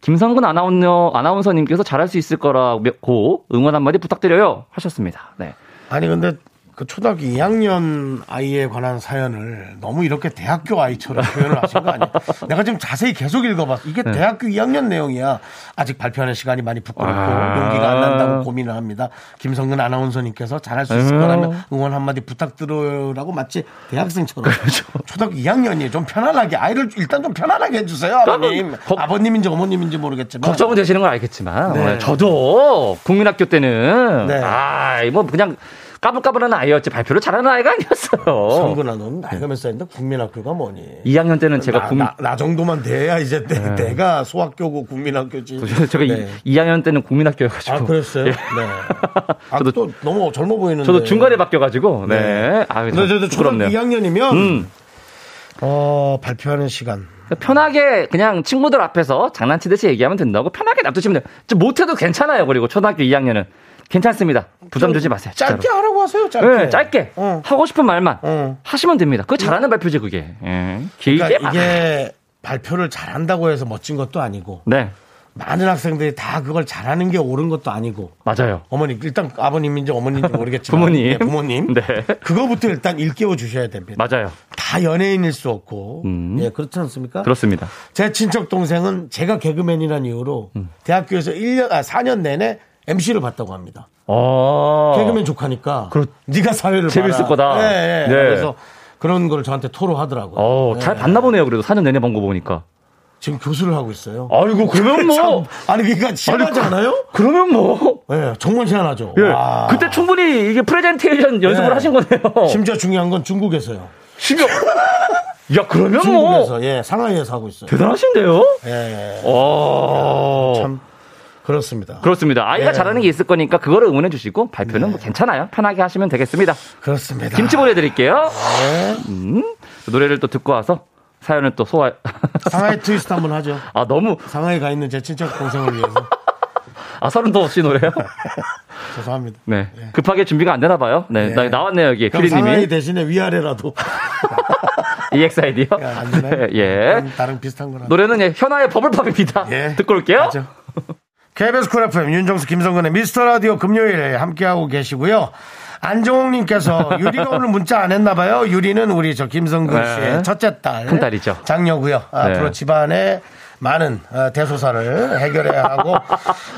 [SPEAKER 2] 김성근 아나운서, 아나운서님께서 잘할 수 있을 거라고 응원 한마디 부탁드려요. 하셨습니다. 네.
[SPEAKER 6] 아니 근데 그 초등학교 2학년 아이에 관한 사연을 너무 이렇게 대학교 아이처럼 표현을 하신 거 아니에요? 내가 지금 자세히 계속 읽어봤어. 이게
[SPEAKER 2] 네.
[SPEAKER 6] 대학교 2학년 내용이야. 아직 발표하는 시간이 많이 부끄럽고
[SPEAKER 2] 아.
[SPEAKER 6] 용기가 안 난다고 고민을 합니다. 김성근 아나운서님께서 잘할 수 있을
[SPEAKER 2] 아유.
[SPEAKER 6] 거라면 응원 한마디 부탁드려요라고 마치 대학생처럼.
[SPEAKER 2] 그렇죠.
[SPEAKER 6] 초등학교 2학년이 좀 편안하게 아이를 일단 좀 편안하게 해주세요. 아버님.
[SPEAKER 2] 그러면 걱-
[SPEAKER 6] 아버님인지 어머님인지 모르겠지만.
[SPEAKER 2] 걱정은 되시는 건 알겠지만
[SPEAKER 6] 네.
[SPEAKER 2] 네, 저도 국민학교 때는
[SPEAKER 6] 네.
[SPEAKER 2] 아뭐 그냥 까불까불한 아이였지 발표를 잘하는 아이가 아니었어요.
[SPEAKER 6] 성근아 넌 나이가 몇 살인데 국민학교가 뭐니?
[SPEAKER 2] 2학년 때는 제가
[SPEAKER 6] 나,
[SPEAKER 2] 국민
[SPEAKER 6] 나, 나 정도만 돼야 이제 내, 내가 소학교고 국민학교지.
[SPEAKER 2] 제가
[SPEAKER 6] 네.
[SPEAKER 2] 이 2학년 때는 국민학교여가지고
[SPEAKER 6] 아 그랬어요.
[SPEAKER 2] 예.
[SPEAKER 6] 네. 아,
[SPEAKER 2] 저도-
[SPEAKER 6] 또 너무 젊어 보이는데.
[SPEAKER 2] 저도 중간에 바뀌어가지고 네. 아,
[SPEAKER 6] 근데 네. 저도 초등 2학년이면
[SPEAKER 2] 음.
[SPEAKER 6] 어 발표하는 시간.
[SPEAKER 2] 편하게 그냥 친구들 앞에서 장난치듯이 얘기하면 된다고 편하게 놔두시면 돼요. 좀 못해도 괜찮아요. 그리고 초등학교 2학년은 괜찮습니다. 부담 주지 마세요. 진짜로.
[SPEAKER 6] 짧게 하라고 하세요. 짧게.
[SPEAKER 2] 네, 짧게
[SPEAKER 6] 어.
[SPEAKER 2] 하고 싶은 말만
[SPEAKER 6] 어.
[SPEAKER 2] 하시면 됩니다. 그거 잘하는 발표지 그게. 예. 길게
[SPEAKER 6] 그러니까
[SPEAKER 2] 막-
[SPEAKER 6] 이게 발표를 잘한다고 해서 멋진 것도 아니고
[SPEAKER 2] 네
[SPEAKER 6] 많은 학생들이 다 그걸 잘하는 게 옳은 것도 아니고
[SPEAKER 2] 맞아요.
[SPEAKER 6] 어머니 일단 아버님인지 어머님인지 모르겠지만
[SPEAKER 2] 부모님.
[SPEAKER 6] 네, 부모님
[SPEAKER 2] 네.
[SPEAKER 6] 그거부터 일단 일깨워 주셔야 됩니다.
[SPEAKER 2] 맞아요.
[SPEAKER 6] 다 연예인일 수 없고
[SPEAKER 2] 음.
[SPEAKER 6] 예 그렇지 않습니까?
[SPEAKER 2] 그렇습니다.
[SPEAKER 6] 제 친척 동생은 제가 개그맨이라는 이유로
[SPEAKER 2] 음.
[SPEAKER 6] 대학교에서 1년 아 4년 내내 MC를 봤다고 합니다.
[SPEAKER 2] 어.
[SPEAKER 6] 개그맨 조카니까
[SPEAKER 2] 그렇-
[SPEAKER 6] 네가 사회를
[SPEAKER 2] 재밌을
[SPEAKER 6] 봐라.
[SPEAKER 2] 거다.
[SPEAKER 6] 예, 예.
[SPEAKER 2] 네.
[SPEAKER 6] 그래서 그런 걸 저한테 토로하더라고요.
[SPEAKER 2] 어,
[SPEAKER 6] 예.
[SPEAKER 2] 잘 봤나 보네요. 그래도 4년 내내 본 거 보니까.
[SPEAKER 6] 지금 교수를 하고 있어요.
[SPEAKER 2] 아이고, 그러면 뭐.
[SPEAKER 6] 참, 아니 그러니까 희한하지 않아요?
[SPEAKER 2] 그러면 뭐.
[SPEAKER 6] 예, 정말 희한하죠.
[SPEAKER 2] 예.
[SPEAKER 6] 와.
[SPEAKER 2] 그때 충분히 이게 프레젠테이션 연습을
[SPEAKER 6] 예.
[SPEAKER 2] 하신 거네요.
[SPEAKER 6] 심지어 중요한 건 중국에서요.
[SPEAKER 2] 심지어. 야, 그러면 뭐.
[SPEAKER 6] 중국에서 예, 상하이에서 하고 있어요.
[SPEAKER 2] 대단하신데요?
[SPEAKER 6] 예, 예.
[SPEAKER 2] 어.
[SPEAKER 6] 참 그렇습니다.
[SPEAKER 2] 그렇습니다. 아이가
[SPEAKER 6] 예.
[SPEAKER 2] 잘하는 게 있을 거니까 그거를 응원해 주시고 발표는
[SPEAKER 6] 네.
[SPEAKER 2] 뭐 괜찮아요. 편하게 하시면 되겠습니다.
[SPEAKER 6] 그렇습니다. 예.
[SPEAKER 2] 김치 보내드릴게요. 음, 노래를 또 듣고 와서 사연을 또 소화.
[SPEAKER 6] 상하이 트위스트 한번 하죠.
[SPEAKER 2] 아, 너무.
[SPEAKER 6] 상하이 가 있는 제 친척 동생을 위해서
[SPEAKER 2] 아, 서른도 없이 노래요?
[SPEAKER 6] 죄송합니다.
[SPEAKER 2] 네. 급하게 준비가 안 되나 봐요. 네. 나, 나왔네요, 여기.
[SPEAKER 6] 그럼 상하이
[SPEAKER 2] 피디님이.
[SPEAKER 6] 대신에 위아래라도
[SPEAKER 2] EXID요?
[SPEAKER 6] 안 되나요?
[SPEAKER 2] 아, 예.
[SPEAKER 6] 그럼 아, 네, 다른 비슷한 거라.
[SPEAKER 2] 노래는 예, 현아의 버블팝입니다.
[SPEAKER 6] 예.
[SPEAKER 2] 듣고 올게요.
[SPEAKER 6] 맞아. KBS 쿨 FM 윤정수 김성근의 미스터 라디오 금요일에 함께하고 계시고요. 안정홍님께서 유리가 오늘 문자 안 했나봐요. 유리는 우리 저 김성근
[SPEAKER 2] 네.
[SPEAKER 6] 씨의 첫째 딸,
[SPEAKER 2] 큰 딸이죠.
[SPEAKER 6] 장녀고요. 앞으로
[SPEAKER 2] 네.
[SPEAKER 6] 집안에 많은 어, 대소사를 해결해야 하고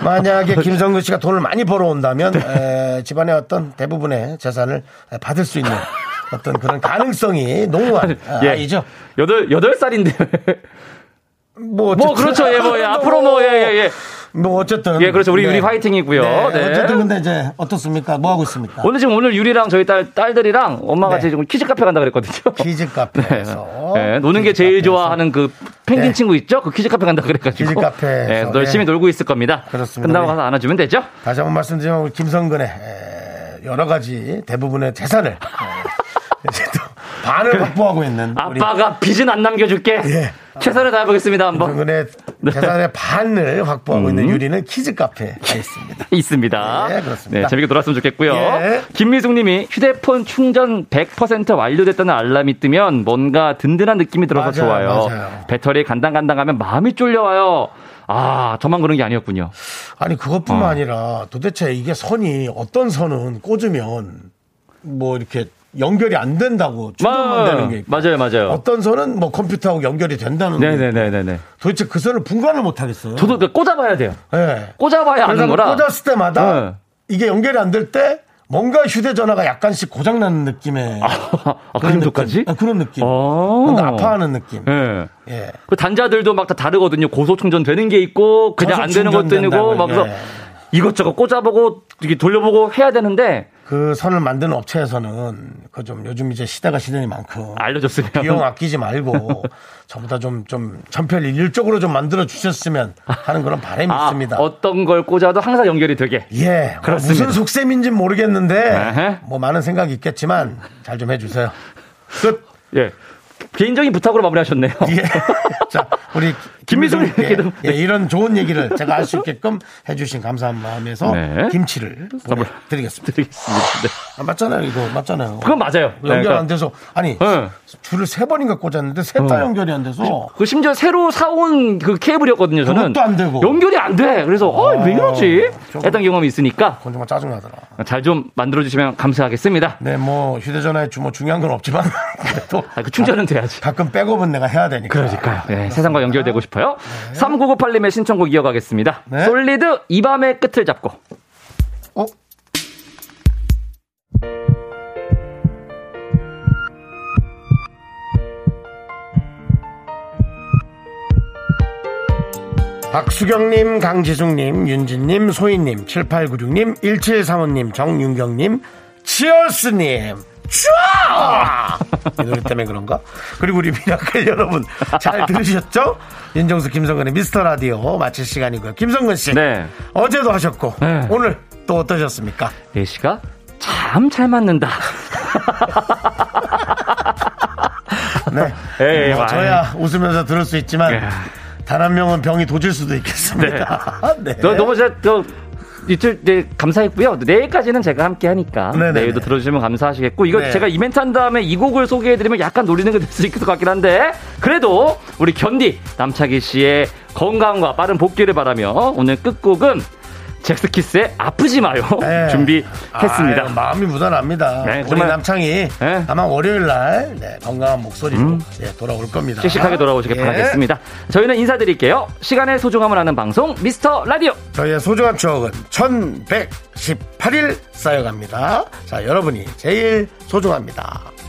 [SPEAKER 6] 만약에 김성근 씨가 돈을 많이 벌어온다면
[SPEAKER 2] 네.
[SPEAKER 6] 에, 집안의 어떤 대부분의 재산을 받을 수 있는 어떤 그런 가능성이 농후한
[SPEAKER 2] 예.
[SPEAKER 6] 아이죠.
[SPEAKER 2] 여덟, 여덟 살인데.
[SPEAKER 6] 뭐,
[SPEAKER 2] 뭐,
[SPEAKER 6] 어쨌든
[SPEAKER 2] 그렇죠. 예, 뭐, 예. 앞으로 뭐, 예, 예, 예.
[SPEAKER 6] 뭐 어쨌든
[SPEAKER 2] 예, 그렇죠. 우리
[SPEAKER 6] 네.
[SPEAKER 2] 유리 화이팅이고요.
[SPEAKER 6] 네.
[SPEAKER 2] 네.
[SPEAKER 6] 어쨌든 근데 이제 어떻습니까? 뭐 하고 있습니까?
[SPEAKER 2] 오늘 지금 오늘 유리랑 저희 딸, 딸들이랑 엄마가
[SPEAKER 6] 네.
[SPEAKER 2] 지금 키즈 카페 간다 그랬거든요.
[SPEAKER 6] 키즈 카페에서
[SPEAKER 2] 어, 네, 노는 게
[SPEAKER 6] 키즈
[SPEAKER 2] 제일
[SPEAKER 6] 카페에서.
[SPEAKER 2] 좋아하는 그 펭귄
[SPEAKER 6] 네.
[SPEAKER 2] 친구 있죠? 그 키즈 카페 간다 그래가지고.
[SPEAKER 6] 키즈 카페에서,
[SPEAKER 2] 네, 열심히
[SPEAKER 6] 네.
[SPEAKER 2] 놀고 있을 겁니다.
[SPEAKER 6] 그렇습니다. 네.
[SPEAKER 2] 끝나고
[SPEAKER 6] 우리-
[SPEAKER 2] 가서 안아주면 되죠?
[SPEAKER 6] 다시 한번 말씀드리면 우리 김성근의 에, 여러 가지 대부분의 재산을 에, 이제 또 반을 확보하고 있는
[SPEAKER 2] 그
[SPEAKER 6] 우리 예.
[SPEAKER 2] 아빠가 빚은 안 남겨줄게. 최선을 다해보겠습니다. 한번.
[SPEAKER 6] 김성근의
[SPEAKER 2] 네.
[SPEAKER 6] 재산의 반을 확보하고
[SPEAKER 2] 음.
[SPEAKER 6] 있는 유리는 키즈 카페에 있습니다.
[SPEAKER 2] 있습니다.
[SPEAKER 6] 네, 그렇습니다.
[SPEAKER 2] 재밌게 놀았으면 좋겠고요.
[SPEAKER 6] 예.
[SPEAKER 2] 김미숙 님이 휴대폰 충전 100% 완료됐다는 알람이 뜨면 뭔가 든든한 느낌이 들어서
[SPEAKER 6] 맞아요,
[SPEAKER 2] 좋아요.
[SPEAKER 6] 맞아요.
[SPEAKER 2] 배터리 간당간당하면 마음이 쫄려와요. 아, 저만 그런 게 아니었군요.
[SPEAKER 6] 아니
[SPEAKER 2] 어.
[SPEAKER 6] 그것뿐만 아니라 도대체 이게 선이 어떤 선은 꽂으면 뭐 이렇게 연결이 안 된다고 충전만 되는 게 있고
[SPEAKER 2] 맞아요, 맞아요.
[SPEAKER 6] 어떤 선은 뭐 컴퓨터하고 연결이 된다는 게 있고
[SPEAKER 2] 네네네네네.
[SPEAKER 6] 도대체 그 선을 분간을 못 하겠어요.
[SPEAKER 2] 저도 그 꽂아봐야 돼요.
[SPEAKER 6] 예.
[SPEAKER 2] 꽂아봐야 아는
[SPEAKER 6] 그래서
[SPEAKER 2] 거라.
[SPEAKER 6] 꽂았을 때마다
[SPEAKER 2] 네.
[SPEAKER 6] 이게 연결이 안 될 때 뭔가 휴대전화가 약간씩 고장나는 느낌의
[SPEAKER 2] 아, 그 정도까지?
[SPEAKER 6] 느낌. 아, 그런 느낌.
[SPEAKER 2] 어.
[SPEAKER 6] 뭔가 아파하는 느낌.
[SPEAKER 2] 예.
[SPEAKER 6] 예.
[SPEAKER 2] 그 단자들도 막 다 다르거든요. 고속 충전되는 게 있고 그냥 안 되는 것도 있고 막 그래서
[SPEAKER 6] 예.
[SPEAKER 2] 이것저것 꽂아보고 이렇게 돌려보고 해야 되는데
[SPEAKER 6] 그 선을 만드는 업체에서는 그 좀 요즘 이제 시대가 시대니만큼
[SPEAKER 2] 알려줬으면
[SPEAKER 6] 비용 아끼지 말고 저보다 좀 좀 천편일률적으로 좀 만들어 주셨으면 하는 그런 바람이
[SPEAKER 2] 아,
[SPEAKER 6] 있습니다.
[SPEAKER 2] 어떤 걸 꽂아도 항상 연결이 되게.
[SPEAKER 6] 예,
[SPEAKER 2] 그렇습니다.
[SPEAKER 6] 무슨 속셈인지 모르겠는데
[SPEAKER 2] 에헤.
[SPEAKER 6] 뭐 많은 생각이 있겠지만 잘 좀 해주세요. 끝.
[SPEAKER 2] 예. 개인적인 부탁으로 마무리하셨네요.
[SPEAKER 6] 예. 자, 우리
[SPEAKER 2] 김미성
[SPEAKER 6] 김미성
[SPEAKER 2] 얘기도- 네.
[SPEAKER 6] 예, 예, 이런 좋은 얘기를 제가 알 수 있게끔 해주신 감사한 마음에서
[SPEAKER 2] 네.
[SPEAKER 6] 김치를
[SPEAKER 2] 선물.
[SPEAKER 6] 드리겠습니다.
[SPEAKER 2] 드리겠습니다. 네.
[SPEAKER 6] 아, 맞잖아요, 이거 맞잖아요.
[SPEAKER 2] 그건 맞아요. 네,
[SPEAKER 6] 연결
[SPEAKER 2] 그러니까
[SPEAKER 6] 안 돼서 아니
[SPEAKER 2] 네.
[SPEAKER 6] 줄을 세 번인가 꽂았는데 세 다
[SPEAKER 2] 어.
[SPEAKER 6] 연결이 안 돼서
[SPEAKER 2] 그 심지어 새로 사온 그 케이블이었거든요. 저는
[SPEAKER 6] 그것도 안 되고. 아,
[SPEAKER 2] 연결이 안 돼. 그래서 어, 왜 이러지?
[SPEAKER 6] 조금-
[SPEAKER 2] 해당 경험이 있으니까
[SPEAKER 6] 그건 정말 짜증 나더라.
[SPEAKER 2] 잘 좀 만들어 주시면 감사하겠습니다.
[SPEAKER 6] 네, 뭐 휴대전화에 주뭐 중요한 건 없지만 그래도
[SPEAKER 2] 아, 그 충전은 돼야지.
[SPEAKER 6] 가끔 백업은 내가 해야 되니까.
[SPEAKER 2] 그러니까요. 네, 세상과 연결되고 싶어요. 3998님의 신청곡 이어가겠습니다.
[SPEAKER 6] 네.
[SPEAKER 2] 솔리드 이 밤의 끝을 잡고.
[SPEAKER 6] 어? 박수경님, 강지숙님, 윤진님, 소희님, 7896님, 1735님, 정윤경님, 치얼스님, 쭈아! 이 노래 때문에 그런가? 그리고 우리 미라클 여러분, 잘 들으셨죠? 윤정수, 김성근의 미스터 라디오 마칠 시간이고요. 김성근씨.
[SPEAKER 2] 네.
[SPEAKER 6] 어제도 하셨고
[SPEAKER 2] 네.
[SPEAKER 6] 오늘 또 어떠셨습니까?
[SPEAKER 2] 내시가 참 잘 맞는다.
[SPEAKER 6] 네.
[SPEAKER 2] 에이,
[SPEAKER 6] 뭐
[SPEAKER 2] 아이.
[SPEAKER 6] 저야 웃으면서 들을 수
[SPEAKER 2] 예.
[SPEAKER 6] 있지만 단 한 명은 병이 도질 수도 있겠습니다. 네.
[SPEAKER 2] 너, 너무 제가 또 이틀 네, 감사했고요. 내일까지는 제가 함께 하니까
[SPEAKER 6] 네네네.
[SPEAKER 2] 내일도 들어주시면 감사하시겠고 이거
[SPEAKER 6] 네.
[SPEAKER 2] 제가 이벤트 한 다음에 이 곡을 소개해드리면 약간 노리는 게 될 수 있을 것 같긴 한데 그래도 우리 견디 남창희 씨의 건강과 빠른 복귀를 바라며 어, 오늘 끝곡은 잭스키스의 아프지 마요
[SPEAKER 6] 네.
[SPEAKER 2] 준비했습니다.
[SPEAKER 6] 아유, 마음이 무단합니다.
[SPEAKER 2] 네,
[SPEAKER 6] 우리
[SPEAKER 2] 정말.
[SPEAKER 6] 남창이
[SPEAKER 2] 네. 음.
[SPEAKER 6] 아마 월요일 날 네, 건강한 목소리로 예, 돌아올 겁니다.
[SPEAKER 2] 씩씩하게 돌아오시길
[SPEAKER 6] 예.
[SPEAKER 2] 바라겠습니다. 저희는 인사드릴게요. 시간의 소중함을 아는 방송 미스터 라디오.
[SPEAKER 6] 저희의 소중한 추억은 1118일 쌓여갑니다. 자, 여러분이 제일 소중합니다.